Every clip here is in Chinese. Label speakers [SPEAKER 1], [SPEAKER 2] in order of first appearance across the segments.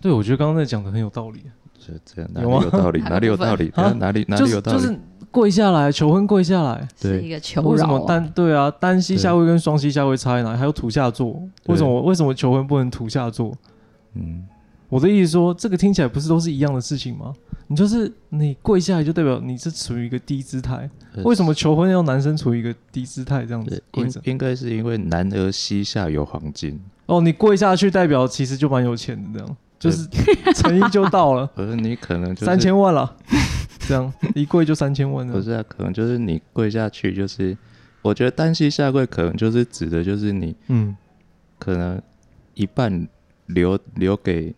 [SPEAKER 1] 对，我觉得刚刚在讲的很有道理，
[SPEAKER 2] 这这哪里
[SPEAKER 1] 有吗
[SPEAKER 2] 有道理？
[SPEAKER 3] 哪个
[SPEAKER 2] 哪里有道理？嗯
[SPEAKER 1] 分啊
[SPEAKER 2] 哪里哪
[SPEAKER 1] 就
[SPEAKER 2] 里
[SPEAKER 1] 是
[SPEAKER 2] 有道
[SPEAKER 1] 就
[SPEAKER 2] 理？
[SPEAKER 1] 是跪下来求婚，跪下来。
[SPEAKER 3] 是
[SPEAKER 2] 对
[SPEAKER 3] 一个求
[SPEAKER 1] 为什
[SPEAKER 3] 饶
[SPEAKER 1] 么
[SPEAKER 3] 啊、
[SPEAKER 1] 单对啊单膝
[SPEAKER 2] 对
[SPEAKER 1] 下跪跟双膝下跪差在哪里？还有土下座，
[SPEAKER 2] 对
[SPEAKER 1] 为什么为什么求婚不能土下座？
[SPEAKER 2] 嗯，
[SPEAKER 1] 我的意思说，这个听起来不是都是一样的事情吗？你就是你跪下来，就代表你是处于一个低姿态。
[SPEAKER 2] 呃
[SPEAKER 1] 为什么求婚要男生处于一个低姿态这样
[SPEAKER 2] 对
[SPEAKER 1] 子跪
[SPEAKER 2] 应
[SPEAKER 1] 着？
[SPEAKER 2] 应该是因为男儿膝下有黄金，
[SPEAKER 1] 哦，你跪下去代表其实就蛮有钱的，这样就是 诚意就到了，
[SPEAKER 2] 而你可能 就是
[SPEAKER 1] 三千万了，这样一跪就三千万
[SPEAKER 2] 不
[SPEAKER 1] 了。
[SPEAKER 2] 是啊，可能就是你跪下去，就是我觉得单膝下跪可能就是指的就是你
[SPEAKER 1] 嗯，
[SPEAKER 2] 可能一半留留给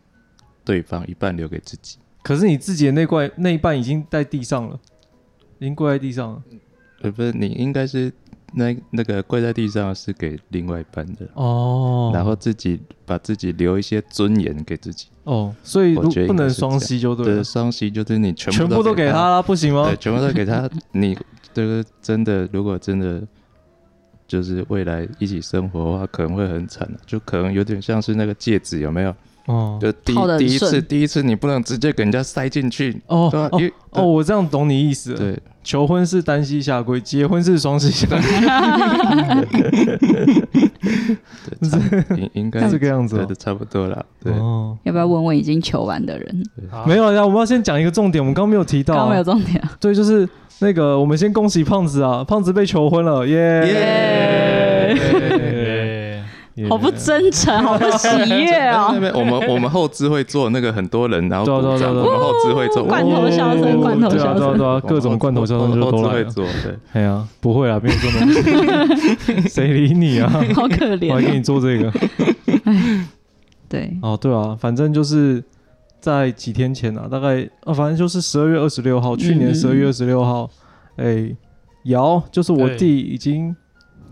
[SPEAKER 2] 对方，一半留给自己。
[SPEAKER 1] 可是你自己的那块那一半已经在地上了，已经跪在地上了。
[SPEAKER 2] 呃，不是，你应该是那那个跪在地上是给另外一半的，
[SPEAKER 1] 哦
[SPEAKER 2] 然后自己把自己留一些尊严给自己。
[SPEAKER 1] 哦，所以
[SPEAKER 2] 我
[SPEAKER 1] 如
[SPEAKER 2] 觉得
[SPEAKER 1] 不
[SPEAKER 2] 应该
[SPEAKER 1] 能
[SPEAKER 2] 是这样
[SPEAKER 1] 双膝就对
[SPEAKER 2] 对，
[SPEAKER 1] 了，
[SPEAKER 2] 双膝就是你全
[SPEAKER 1] 全部
[SPEAKER 2] 都
[SPEAKER 1] 都给他
[SPEAKER 2] 他，
[SPEAKER 1] 啦，不行吗
[SPEAKER 2] 对，？全部都给 他。你就是真的，如果真的就是未来一起生活的话，可能会很惨，啊就可能有点像是那个戒指，有没有？
[SPEAKER 1] 哦
[SPEAKER 2] 就第
[SPEAKER 3] 套得
[SPEAKER 2] 一
[SPEAKER 3] 很
[SPEAKER 2] 第一次，
[SPEAKER 3] 顺
[SPEAKER 2] 第一次你不能直接给人家塞进去，
[SPEAKER 1] 哦
[SPEAKER 2] 对吧？啊
[SPEAKER 1] 哦
[SPEAKER 2] 因为
[SPEAKER 1] 哦，我这样懂你意思了。
[SPEAKER 2] 对，
[SPEAKER 1] 求婚是单膝下跪，结婚是双膝下跪，
[SPEAKER 2] 对差不多应应该
[SPEAKER 1] 是这个样子
[SPEAKER 2] 对
[SPEAKER 1] 哦
[SPEAKER 2] 的，差不多了。对，
[SPEAKER 1] 哦，
[SPEAKER 3] 要不要问问已经求完的人？
[SPEAKER 1] 没有呀，我们要先讲一个重点，我们刚刚没有提到
[SPEAKER 3] 刚
[SPEAKER 1] 啊、
[SPEAKER 3] 刚没有重点啊，
[SPEAKER 1] 对，就是那个，我们先恭喜胖子啊，胖子被求婚了，耶！
[SPEAKER 4] 对，
[SPEAKER 1] 耶
[SPEAKER 3] 好不真诚，好不喜悦
[SPEAKER 2] 那
[SPEAKER 3] 哦。
[SPEAKER 2] 边我们我们后置会做那个很多人，然后
[SPEAKER 1] 对啊
[SPEAKER 2] 鼓掌，
[SPEAKER 1] 对啊对啊
[SPEAKER 2] 我们后置会做，
[SPEAKER 3] 罐头笑声罐头笑声
[SPEAKER 1] 对啊对啊对啊各种罐头笑声就
[SPEAKER 2] 我们
[SPEAKER 1] 都
[SPEAKER 2] 后置
[SPEAKER 1] 来
[SPEAKER 2] 会
[SPEAKER 1] 了
[SPEAKER 2] 做，对，
[SPEAKER 1] 哎呀，不会啊，没有这种 东西，谁理你啊？
[SPEAKER 3] 好可怜
[SPEAKER 1] 我还给
[SPEAKER 3] 哦，
[SPEAKER 1] 你做这个
[SPEAKER 3] 对，
[SPEAKER 1] 哦，对啊，反正就是在几天前啊，大概啊，反正就是十二月二十六号，去年
[SPEAKER 3] 嗯
[SPEAKER 1] 十二月二十六号，哎，瑶就是我
[SPEAKER 4] 对
[SPEAKER 1] 弟已经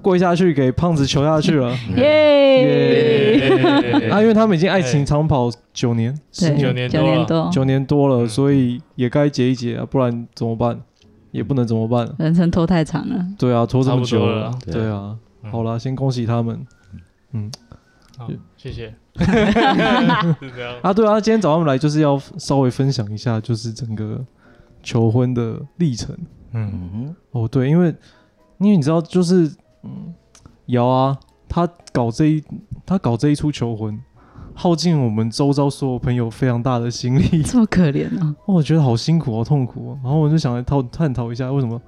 [SPEAKER 1] 跪下去给胖子求下去了，
[SPEAKER 3] 耶，
[SPEAKER 4] 哎
[SPEAKER 1] 啊，因为他们已经爱情长跑九年、十
[SPEAKER 3] 对，
[SPEAKER 1] 年
[SPEAKER 4] 九年多了
[SPEAKER 3] 多，
[SPEAKER 1] 九年多了，
[SPEAKER 4] 嗯
[SPEAKER 1] 所以也该结一结啊，不然怎么办？也不能怎么办。
[SPEAKER 3] 人生拖太长了，
[SPEAKER 1] 对啊，拖这么久了
[SPEAKER 4] 差，
[SPEAKER 2] 多了
[SPEAKER 1] 对啊。
[SPEAKER 4] 嗯
[SPEAKER 1] 好啦，先恭喜他们
[SPEAKER 4] 好 谢谢。 是这样，
[SPEAKER 1] 啊！对啊，今天找他们来就是要稍微分享一下，就是整个求婚的历程。
[SPEAKER 4] 嗯，
[SPEAKER 2] 嗯
[SPEAKER 1] 哦，对，因为因为你知道，就是嗯，瑶啊，他搞这一他搞这一出求婚，耗尽我们周遭所有朋友非常大的心力。
[SPEAKER 3] 这么可怜哦，
[SPEAKER 1] 哦，我觉得好辛苦，好痛苦、哦。然后我就想来探探讨一下，为什么？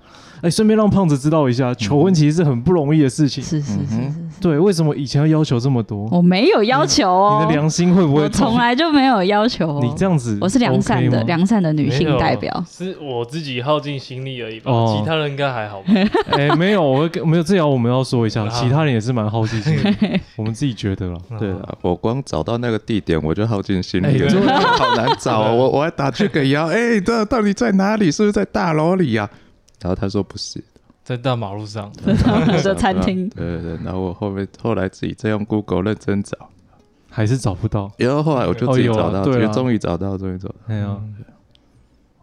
[SPEAKER 1] 哎，顺便让胖子知道一下，求婚其实是很不容易的事情。
[SPEAKER 3] 是是
[SPEAKER 2] 嗯
[SPEAKER 3] 是
[SPEAKER 2] 哼
[SPEAKER 3] 是是，
[SPEAKER 1] 对，为什么以前要要求这么多？
[SPEAKER 3] 我没有要求
[SPEAKER 1] 你
[SPEAKER 3] 哦
[SPEAKER 1] 的，良心会不会
[SPEAKER 3] 我
[SPEAKER 1] 痛
[SPEAKER 3] 从？来就没有要求哦，
[SPEAKER 1] 你这样子 OK 吗，啊
[SPEAKER 3] 我是良善的，良善的女性 代表，
[SPEAKER 4] 是我自己耗尽心力而已吧，
[SPEAKER 1] 哦
[SPEAKER 4] 其他人应该还好吧？
[SPEAKER 1] 哎，没有，我跟没有，这条我们要说一下，
[SPEAKER 4] 啊
[SPEAKER 1] 其他人也是蛮好奇心的，我们自己觉得了。
[SPEAKER 2] 哼，对啊，我光找到那个地点我就耗尽心力
[SPEAKER 1] 哎啊
[SPEAKER 2] 了，
[SPEAKER 1] 真
[SPEAKER 2] 好难找 哦，我我还打去给瑶，哎，这到底在哪里？是不是在大楼里呀？然后他说不是，
[SPEAKER 4] 在大马路上，
[SPEAKER 1] 啊
[SPEAKER 3] 的餐厅
[SPEAKER 2] 对对对，然后我后面后来自己再用 Google 认真找，
[SPEAKER 1] 还是找不到。
[SPEAKER 2] 然后后来我就自己
[SPEAKER 1] 哦有啊
[SPEAKER 2] 找到，
[SPEAKER 1] 对啊
[SPEAKER 2] 就终于找到，终于找到。
[SPEAKER 1] 哎呀，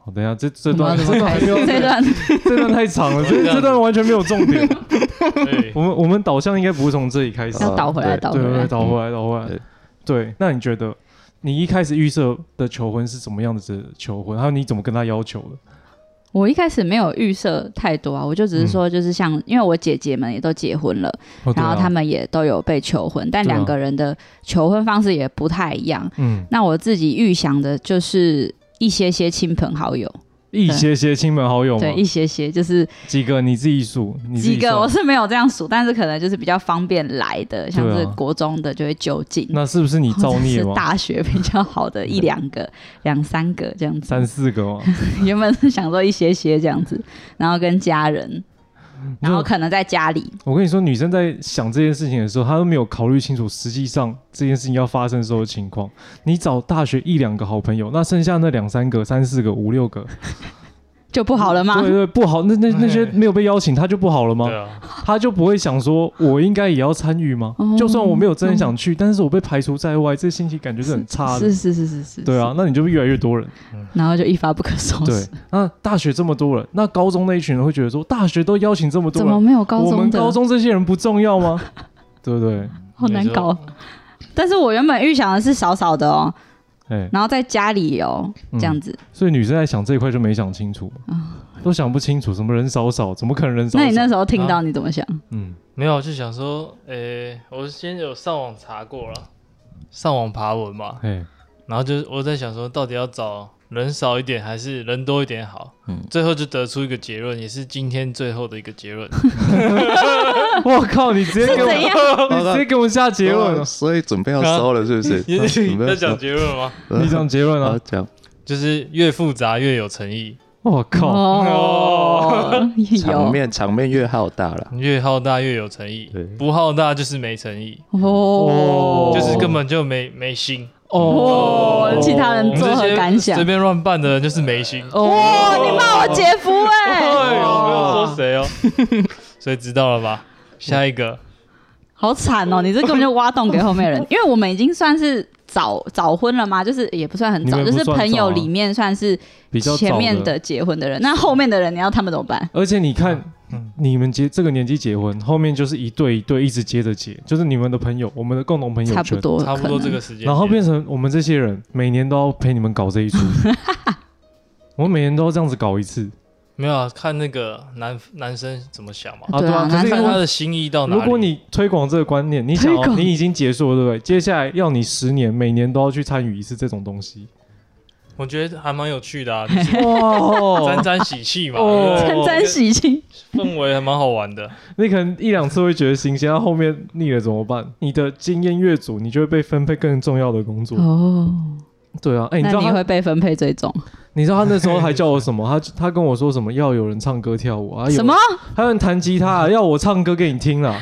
[SPEAKER 1] 好，等一下，这这
[SPEAKER 3] 我们要
[SPEAKER 1] 段
[SPEAKER 3] 怎
[SPEAKER 1] 这
[SPEAKER 3] 么
[SPEAKER 1] 段
[SPEAKER 3] 开
[SPEAKER 1] 还
[SPEAKER 3] 始
[SPEAKER 1] 没有，
[SPEAKER 3] 这段？
[SPEAKER 1] 这段太长了，这这段完全没有重点。
[SPEAKER 4] 对，
[SPEAKER 1] 我们我们导向应该不是从这里开始，
[SPEAKER 3] 要 倒回来，
[SPEAKER 2] 对
[SPEAKER 3] 倒哦回
[SPEAKER 1] 对
[SPEAKER 3] 来
[SPEAKER 1] 对，。倒回来，倒回来
[SPEAKER 2] 对。
[SPEAKER 1] 对，那你觉得你一开始预设的求婚是怎么样子的求婚？还有你怎么跟他要求的？
[SPEAKER 3] 我一开始没有预设太多啊，我就只是说，就是像、因为我姐姐们也都结婚了，
[SPEAKER 1] 嗯哦对
[SPEAKER 3] 然
[SPEAKER 1] 啊
[SPEAKER 3] 后他们也都有被求婚，但
[SPEAKER 1] 对啊
[SPEAKER 3] 两个人的求婚方式也不太一样。
[SPEAKER 1] 嗯，
[SPEAKER 3] 那我自己预想的就是一些些亲朋好友，
[SPEAKER 1] 一些些亲朋好友嘛
[SPEAKER 3] 对，，一些些就是
[SPEAKER 1] 几个你自己数，哦你自己
[SPEAKER 3] 几个，
[SPEAKER 1] 算
[SPEAKER 3] 我是没有这样数，但是可能就是比较方便来的，像是国中的就会就近，
[SPEAKER 1] 啊那是不是你造
[SPEAKER 3] 或者
[SPEAKER 1] 孽
[SPEAKER 3] 是
[SPEAKER 1] 嘛？
[SPEAKER 3] 大学比较好的一两 个、两三个这样子。
[SPEAKER 1] 三四个嘛，
[SPEAKER 3] 原本是想说一些些这样子，然后跟家人， 然后可能在家里，
[SPEAKER 1] 我跟你说，女生在想这件事情的时候，她都没有考虑清楚，实际上这件事情要发生的时候的情况。你找大学一两个好朋友，那剩下那两三个、三四个、五六个，
[SPEAKER 3] 就 不好了吗？
[SPEAKER 1] 对对，不好，那那那些
[SPEAKER 4] 哎
[SPEAKER 1] 没有被邀请，他就不好了吗
[SPEAKER 4] 对？啊，
[SPEAKER 1] 他就不会想说，我应该也要参与吗
[SPEAKER 3] 哦？嗯
[SPEAKER 1] 就算我没有真的想去，但是我被排除在外，这心情感觉是很差的
[SPEAKER 3] 是。是是是是，哦
[SPEAKER 1] 对啊，那你就越来越多人。
[SPEAKER 3] 是，然后就一发不可收
[SPEAKER 1] 对
[SPEAKER 3] 拾。，
[SPEAKER 1] 那大学这么多人，那高中那一群人会觉得说，大学都邀请这么多
[SPEAKER 3] 怎
[SPEAKER 1] 人
[SPEAKER 3] 么，没有高
[SPEAKER 1] 我们
[SPEAKER 3] 中的？
[SPEAKER 1] 高中这些人不重要吗？对不对？
[SPEAKER 3] 好难
[SPEAKER 4] 没错
[SPEAKER 3] 搞。但是我原本预想的是少少的哦，
[SPEAKER 1] 哎，
[SPEAKER 3] 然后在家里也哦，
[SPEAKER 1] 嗯
[SPEAKER 3] 这样子。
[SPEAKER 1] 所以女生在想这一块就没想清楚嘛，都想不清楚，什么人少少，怎么可能人少少？
[SPEAKER 3] 啊那你那时候听到你怎么想？
[SPEAKER 1] 嗯，
[SPEAKER 4] 没有，就想说，诶、我先有上网查过了，上网爬文嘛，
[SPEAKER 1] 哎，
[SPEAKER 4] 然后就是我在想说，到底要找人少一点还是人多一点好？
[SPEAKER 2] 嗯
[SPEAKER 4] 最后就得出一个结论，也是今天最后的一个结论。
[SPEAKER 1] 我靠，你直接给我，
[SPEAKER 3] 怎 样？
[SPEAKER 1] 哦你直接给我下结论啊了，
[SPEAKER 2] 所以准备要收了，是 不是？
[SPEAKER 4] 你
[SPEAKER 2] 准备
[SPEAKER 4] 在
[SPEAKER 2] 要
[SPEAKER 4] 讲
[SPEAKER 2] 收
[SPEAKER 4] 结论吗？
[SPEAKER 2] 呃
[SPEAKER 1] 你讲结论
[SPEAKER 2] 好
[SPEAKER 1] 啊？
[SPEAKER 2] 讲
[SPEAKER 4] 就是越复杂越有诚意，
[SPEAKER 1] 我靠，
[SPEAKER 3] 哦，
[SPEAKER 2] 场
[SPEAKER 3] 有
[SPEAKER 2] 面，场面越浩大了，
[SPEAKER 4] 越浩大越有诚意
[SPEAKER 2] 对，
[SPEAKER 4] 不浩大就是没诚意，
[SPEAKER 3] 哦，
[SPEAKER 4] 就是根本就没没心。
[SPEAKER 3] 哦，其他人
[SPEAKER 4] 我们
[SPEAKER 3] 作何
[SPEAKER 4] 这
[SPEAKER 3] 感
[SPEAKER 4] 些
[SPEAKER 3] 想
[SPEAKER 4] 随？便乱办的人就是没心。
[SPEAKER 1] 哦
[SPEAKER 3] 哇，你骂我姐夫哎、
[SPEAKER 4] 哎，我没有说
[SPEAKER 3] 哇
[SPEAKER 4] 谁哦，所以知道了吧？下一个，
[SPEAKER 3] 好惨哦！你这根本就挖洞给后面人，因为我们已经算是早早婚了嘛，就是也不算很
[SPEAKER 1] 你
[SPEAKER 3] 早，
[SPEAKER 1] 们不
[SPEAKER 3] 就是
[SPEAKER 1] 算
[SPEAKER 3] 朋
[SPEAKER 1] 早
[SPEAKER 3] 友
[SPEAKER 1] 啊
[SPEAKER 3] 里面算是
[SPEAKER 1] 比较
[SPEAKER 3] 前
[SPEAKER 1] 早
[SPEAKER 3] 面
[SPEAKER 1] 的。
[SPEAKER 3] 的结婚的人，那后面的人你要他们怎么办？
[SPEAKER 1] 而且你看，你们结这个年纪结婚，后面就是一对一对一直接着结，就是你们的朋友，我们的共同朋友
[SPEAKER 3] 差
[SPEAKER 1] 圈，
[SPEAKER 3] 不多，
[SPEAKER 4] 差不多
[SPEAKER 3] 可能
[SPEAKER 4] 这个时间点，
[SPEAKER 1] 然后变成我们这些人每年都要陪你们搞 这一出，我们每年都要这样子搞一次
[SPEAKER 4] 没有啊看那个男男生怎么想嘛，
[SPEAKER 1] 啊，
[SPEAKER 3] 对啊
[SPEAKER 1] 啊。可
[SPEAKER 3] 男
[SPEAKER 1] 是
[SPEAKER 3] 生
[SPEAKER 4] 看
[SPEAKER 1] 如
[SPEAKER 4] 他
[SPEAKER 1] 果
[SPEAKER 4] 的心意到哪里。
[SPEAKER 1] 如果你推广这个观念，你想要
[SPEAKER 3] 推广
[SPEAKER 1] 你已经结束了，对不对？接下来要你十年，每年都要去参与一次这种东西，
[SPEAKER 4] 我觉得还蛮有趣 的啊，就是沾
[SPEAKER 1] 哇！
[SPEAKER 4] 沾喜气嘛，
[SPEAKER 1] 哦
[SPEAKER 4] 对
[SPEAKER 3] 沾
[SPEAKER 4] 不对
[SPEAKER 3] 沾喜庆，
[SPEAKER 4] 氛围还蛮好玩的。
[SPEAKER 1] 你可能一两次会觉得新鲜，到后面腻了怎么办？你的经验越足，你就会被分配更重要的工作。
[SPEAKER 3] 哦，
[SPEAKER 1] 对啊，哎、你
[SPEAKER 3] 那
[SPEAKER 1] 知道
[SPEAKER 3] 你
[SPEAKER 1] 他
[SPEAKER 3] 会被分配追踪？
[SPEAKER 1] 你知道他那时候还叫我什么？他他跟我说什么？要有人唱歌跳舞啊？有
[SPEAKER 3] 什么？
[SPEAKER 1] 还有人弹吉他、啊要我唱歌给你听啦。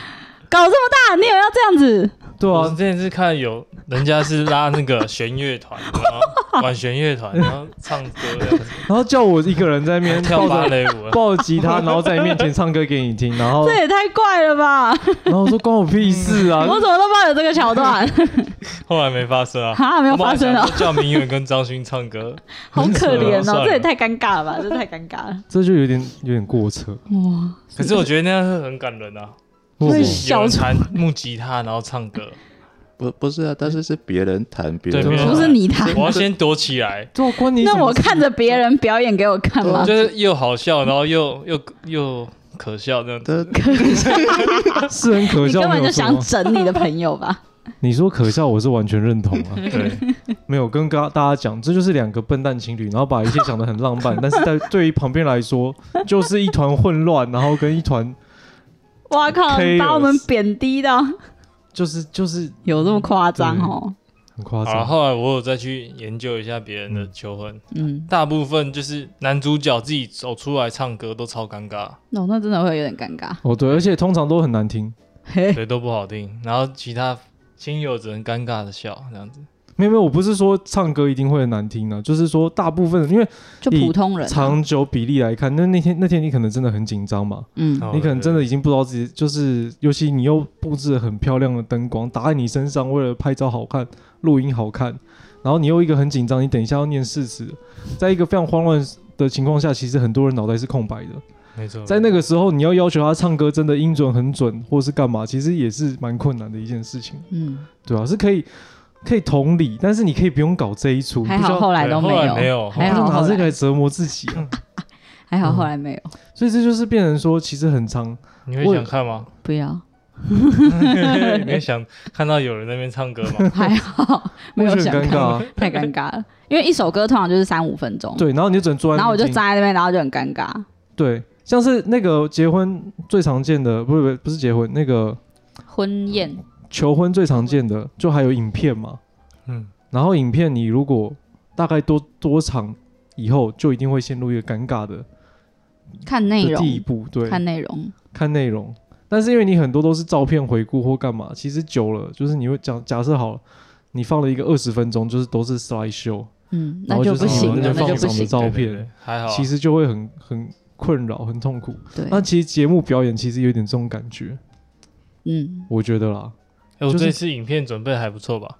[SPEAKER 3] 搞这么大，你有要这样子？
[SPEAKER 1] 对
[SPEAKER 4] 我之
[SPEAKER 1] 啊，
[SPEAKER 4] 前是看有人家是拉那个弦乐团，然后管弦乐团，然后唱歌这样子，
[SPEAKER 1] 然后叫我一个人在那边
[SPEAKER 4] 跳
[SPEAKER 1] 抱
[SPEAKER 4] 芭
[SPEAKER 1] 着
[SPEAKER 4] 蕾舞啊。
[SPEAKER 1] 抱着吉他，然后在你面前唱歌给你听，然后
[SPEAKER 3] 这也太怪了吧！
[SPEAKER 1] 然后说关我屁事啊！
[SPEAKER 3] 我怎么都不知道有这个 桥段，
[SPEAKER 4] 后来没发生啊，
[SPEAKER 3] 哈， 没有发生
[SPEAKER 4] 我本来
[SPEAKER 3] 哦
[SPEAKER 4] 想，说叫明远跟张勋 唱歌，
[SPEAKER 3] 好可怜
[SPEAKER 4] 算
[SPEAKER 3] 哦，
[SPEAKER 4] 了
[SPEAKER 3] 这也太尴尬了吧，这太尴尬 了，
[SPEAKER 1] 这就有点有点过车。
[SPEAKER 3] 哇！
[SPEAKER 4] 可是我觉得那样是很感人啊，
[SPEAKER 1] 为什么
[SPEAKER 3] 会
[SPEAKER 4] 有
[SPEAKER 3] 笑
[SPEAKER 4] 人
[SPEAKER 3] 出
[SPEAKER 4] 弹木吉他然后唱歌，
[SPEAKER 2] 不不是啊，但是是别人弹，别
[SPEAKER 4] 对，
[SPEAKER 1] 对
[SPEAKER 4] 别
[SPEAKER 1] 啊
[SPEAKER 4] 人
[SPEAKER 1] 不
[SPEAKER 3] 不是你弹
[SPEAKER 4] 我，要先躲起来，
[SPEAKER 1] 对啊，关你什
[SPEAKER 3] 那
[SPEAKER 1] 么
[SPEAKER 3] 我
[SPEAKER 1] 事啊
[SPEAKER 3] 看着别人表演给我看嘛。
[SPEAKER 4] 就是又好笑，然后又又又可笑这样
[SPEAKER 2] 的
[SPEAKER 4] 子。
[SPEAKER 1] 是很可
[SPEAKER 3] 你
[SPEAKER 1] 笑，
[SPEAKER 3] 根本
[SPEAKER 1] 没
[SPEAKER 3] 就
[SPEAKER 1] 有错
[SPEAKER 3] 想
[SPEAKER 1] 吗
[SPEAKER 3] 整你的朋友吧？
[SPEAKER 1] 你说可笑，我是完全认 同啊。
[SPEAKER 4] 对，
[SPEAKER 1] 没有跟刚大家讲，这就是两个笨蛋情侣，然后把一切想得很浪漫，但是在对于旁边来说，就是一团混乱，然后跟一团
[SPEAKER 3] 哇靠，
[SPEAKER 1] Chaos
[SPEAKER 3] 把我们贬低到
[SPEAKER 1] 就是就是
[SPEAKER 3] 有这么夸张哦？
[SPEAKER 1] 很夸
[SPEAKER 4] 好了，
[SPEAKER 1] 张。
[SPEAKER 4] 后来我有再去研究一下别人的求婚，
[SPEAKER 3] 嗯，
[SPEAKER 4] 大部分就是男主角自己走出来唱歌都超尴尬，
[SPEAKER 3] 那、哦那真的会有点尴 尬。
[SPEAKER 1] 哦，对，而且通常都很难听。
[SPEAKER 3] 嘿，
[SPEAKER 4] 对，都不好听，然后其他亲友只能尴尬的笑这样子。
[SPEAKER 1] 没有没有，我不是说唱歌一定会很难听啊，就是说大部分，因为
[SPEAKER 3] 就普通人啊、
[SPEAKER 1] 长久比例来看，那那天那天你可能真的很紧张嘛，
[SPEAKER 3] 嗯，
[SPEAKER 4] 哦
[SPEAKER 1] 你可能真
[SPEAKER 4] 对
[SPEAKER 1] 的已经不知道自己，就是尤其你又布置得很漂亮的灯光打在你身上，为了拍照好看、录音好看，然后你又一个很紧张，你等一下要念誓词，在一个非常慌乱的情况下，其实很多人脑袋是空白的。
[SPEAKER 4] 没错，
[SPEAKER 1] 在那个时候，你要要求他唱歌真的音准很准，或是干嘛，其实也是蛮困难的一件事情，
[SPEAKER 3] 嗯，
[SPEAKER 1] 对啊，是可以可以同理，但是你可以不用搞这一出，你
[SPEAKER 3] 还
[SPEAKER 1] 不需
[SPEAKER 3] 好
[SPEAKER 1] 要
[SPEAKER 3] 后来
[SPEAKER 4] 对
[SPEAKER 3] 都
[SPEAKER 4] 后
[SPEAKER 3] 没
[SPEAKER 4] 来
[SPEAKER 3] 有，
[SPEAKER 4] 没有
[SPEAKER 1] 不
[SPEAKER 3] 还
[SPEAKER 1] 要
[SPEAKER 3] 好后
[SPEAKER 1] 拿这个
[SPEAKER 3] 来，
[SPEAKER 1] 来折磨自己、啊，
[SPEAKER 3] 还好
[SPEAKER 1] 嗯
[SPEAKER 3] 后来没有，
[SPEAKER 1] 所以这就是变成说，其实很长，
[SPEAKER 4] 你会
[SPEAKER 1] 我
[SPEAKER 4] 想看吗？
[SPEAKER 3] 不要，
[SPEAKER 4] 你会想看到有人在那边唱歌吗？
[SPEAKER 3] 还 好没
[SPEAKER 1] 我
[SPEAKER 3] 有
[SPEAKER 1] 觉
[SPEAKER 3] 想
[SPEAKER 1] 得很尴
[SPEAKER 3] 看
[SPEAKER 1] 尬、，啊，
[SPEAKER 3] 太尴尬了。因为一首歌通常就是三五分钟，
[SPEAKER 1] 对，然后你就只能坐在那边听，
[SPEAKER 3] 然后我就站在那边，然后就很尴尬。
[SPEAKER 1] 对，像是那个结婚最常见的，不是不是不是结婚，那个
[SPEAKER 3] 婚宴，
[SPEAKER 1] 求婚最常见的，就还有影片嘛。
[SPEAKER 4] 嗯，
[SPEAKER 1] 然后影片你如果大概多多长以后，就一定会陷入一个尴尬的
[SPEAKER 3] 看内
[SPEAKER 1] 的地
[SPEAKER 3] 容，
[SPEAKER 1] 步，对，
[SPEAKER 3] 看内容，
[SPEAKER 1] 看内容。但是因为你很多都是照片回顾或干嘛，其实久了就是你会讲，假设好了，你放了一个二十分钟，就是都是 slide show，
[SPEAKER 3] 嗯，
[SPEAKER 1] 然
[SPEAKER 3] 那
[SPEAKER 1] 后
[SPEAKER 3] 就
[SPEAKER 1] 就是
[SPEAKER 3] 不行了，
[SPEAKER 1] 那
[SPEAKER 3] 那
[SPEAKER 1] 就放
[SPEAKER 3] 就不
[SPEAKER 1] 纵的
[SPEAKER 3] 行。
[SPEAKER 1] 照
[SPEAKER 4] 对对
[SPEAKER 1] 片，
[SPEAKER 4] 对还好啊。
[SPEAKER 1] 其实就会很很困扰、很痛苦。
[SPEAKER 3] 对，
[SPEAKER 1] 那其实节目表演其实有点这种感觉，
[SPEAKER 3] 嗯，
[SPEAKER 1] 我觉得啦。
[SPEAKER 4] 哎我
[SPEAKER 1] 就是
[SPEAKER 4] 这次影片准备还不错吧？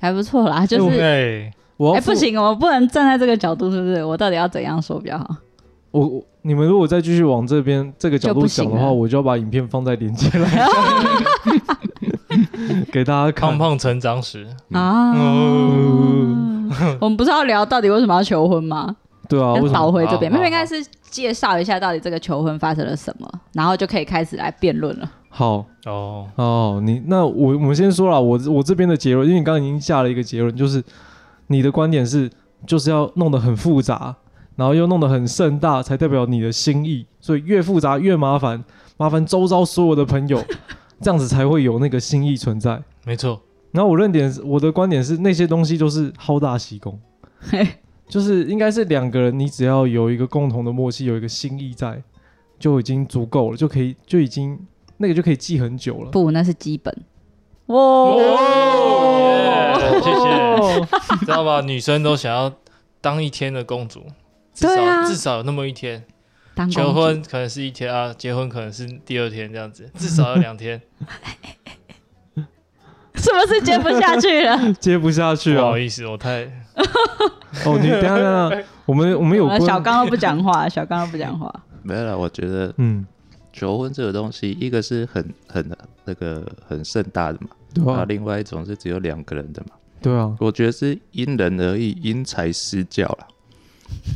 [SPEAKER 3] 还不错啦，就
[SPEAKER 1] 哎我
[SPEAKER 3] 是。
[SPEAKER 4] 对，
[SPEAKER 1] 我
[SPEAKER 3] 哎、
[SPEAKER 1] 要
[SPEAKER 3] 不
[SPEAKER 1] 负
[SPEAKER 3] 行，我不能站在这个角度，是不是？我到底要怎样说比较好？
[SPEAKER 1] 我我你们如果再继续往这边这个角
[SPEAKER 3] 就
[SPEAKER 1] 度
[SPEAKER 3] 不
[SPEAKER 1] 想
[SPEAKER 3] 行
[SPEAKER 1] 的话，
[SPEAKER 3] 了
[SPEAKER 1] 我就要把影片放在连接栏上。 给大家
[SPEAKER 4] 胖
[SPEAKER 1] 看。
[SPEAKER 4] 胖成长史，
[SPEAKER 3] 啊
[SPEAKER 1] 嗯！
[SPEAKER 3] 我们不是要聊到底为什么要求婚吗？
[SPEAKER 1] 对啊，为
[SPEAKER 3] 要
[SPEAKER 1] 什么
[SPEAKER 3] 倒回这边，
[SPEAKER 4] 好
[SPEAKER 3] 妹
[SPEAKER 4] 好
[SPEAKER 3] 妹应该是介绍一下到底这个求婚发生了什么，然后就可以开始来辩论了。
[SPEAKER 1] 好？
[SPEAKER 4] 哦，
[SPEAKER 1] 哦，你那我我们先说了，我我这边的结论，因为你刚刚已经下了一个结论，就是你的观点是就是要弄得很复杂，然后又弄得很盛大，才代表你的心意。所以越复杂越麻烦，麻烦周遭所有的朋友，这样子才会有那个心意存在。
[SPEAKER 4] 没错，
[SPEAKER 1] 然后我认点，我的观点是那些东西就是好大喜功，
[SPEAKER 3] 嘿，
[SPEAKER 1] 就是应该是两个人，你只要有一个共同的默契，有一个心意在，就已经足够了，就可以就已经那个就可以记很久了。
[SPEAKER 3] 不，那是基本。哇、
[SPEAKER 4] 哦耶谢谢，
[SPEAKER 1] 哦，
[SPEAKER 4] 知道吧？女生都想要当一天的公主，至
[SPEAKER 3] 对啊
[SPEAKER 4] 少至少有那么一天。
[SPEAKER 3] 当公主
[SPEAKER 4] 求婚可能是一天啊，结婚可能是第二天这样子，至少要 两天。
[SPEAKER 3] 是不是接不下去了？
[SPEAKER 1] 接不下去
[SPEAKER 4] 不
[SPEAKER 1] 啊
[SPEAKER 4] 好！意思，我太
[SPEAKER 1] 哦，你等一下等一下，我们我们有
[SPEAKER 3] 呃
[SPEAKER 1] 关
[SPEAKER 3] 小刚都不讲话，小刚都不讲话。
[SPEAKER 2] 没有啦，我觉得
[SPEAKER 1] 嗯，
[SPEAKER 2] 求婚这个东西，一个是很很那个很盛大的嘛，
[SPEAKER 1] 对
[SPEAKER 2] 然后
[SPEAKER 1] 啊，
[SPEAKER 2] 另外一种是只有两个人的嘛。
[SPEAKER 1] 对啊，
[SPEAKER 2] 我觉得是因人而异，因材施教啦。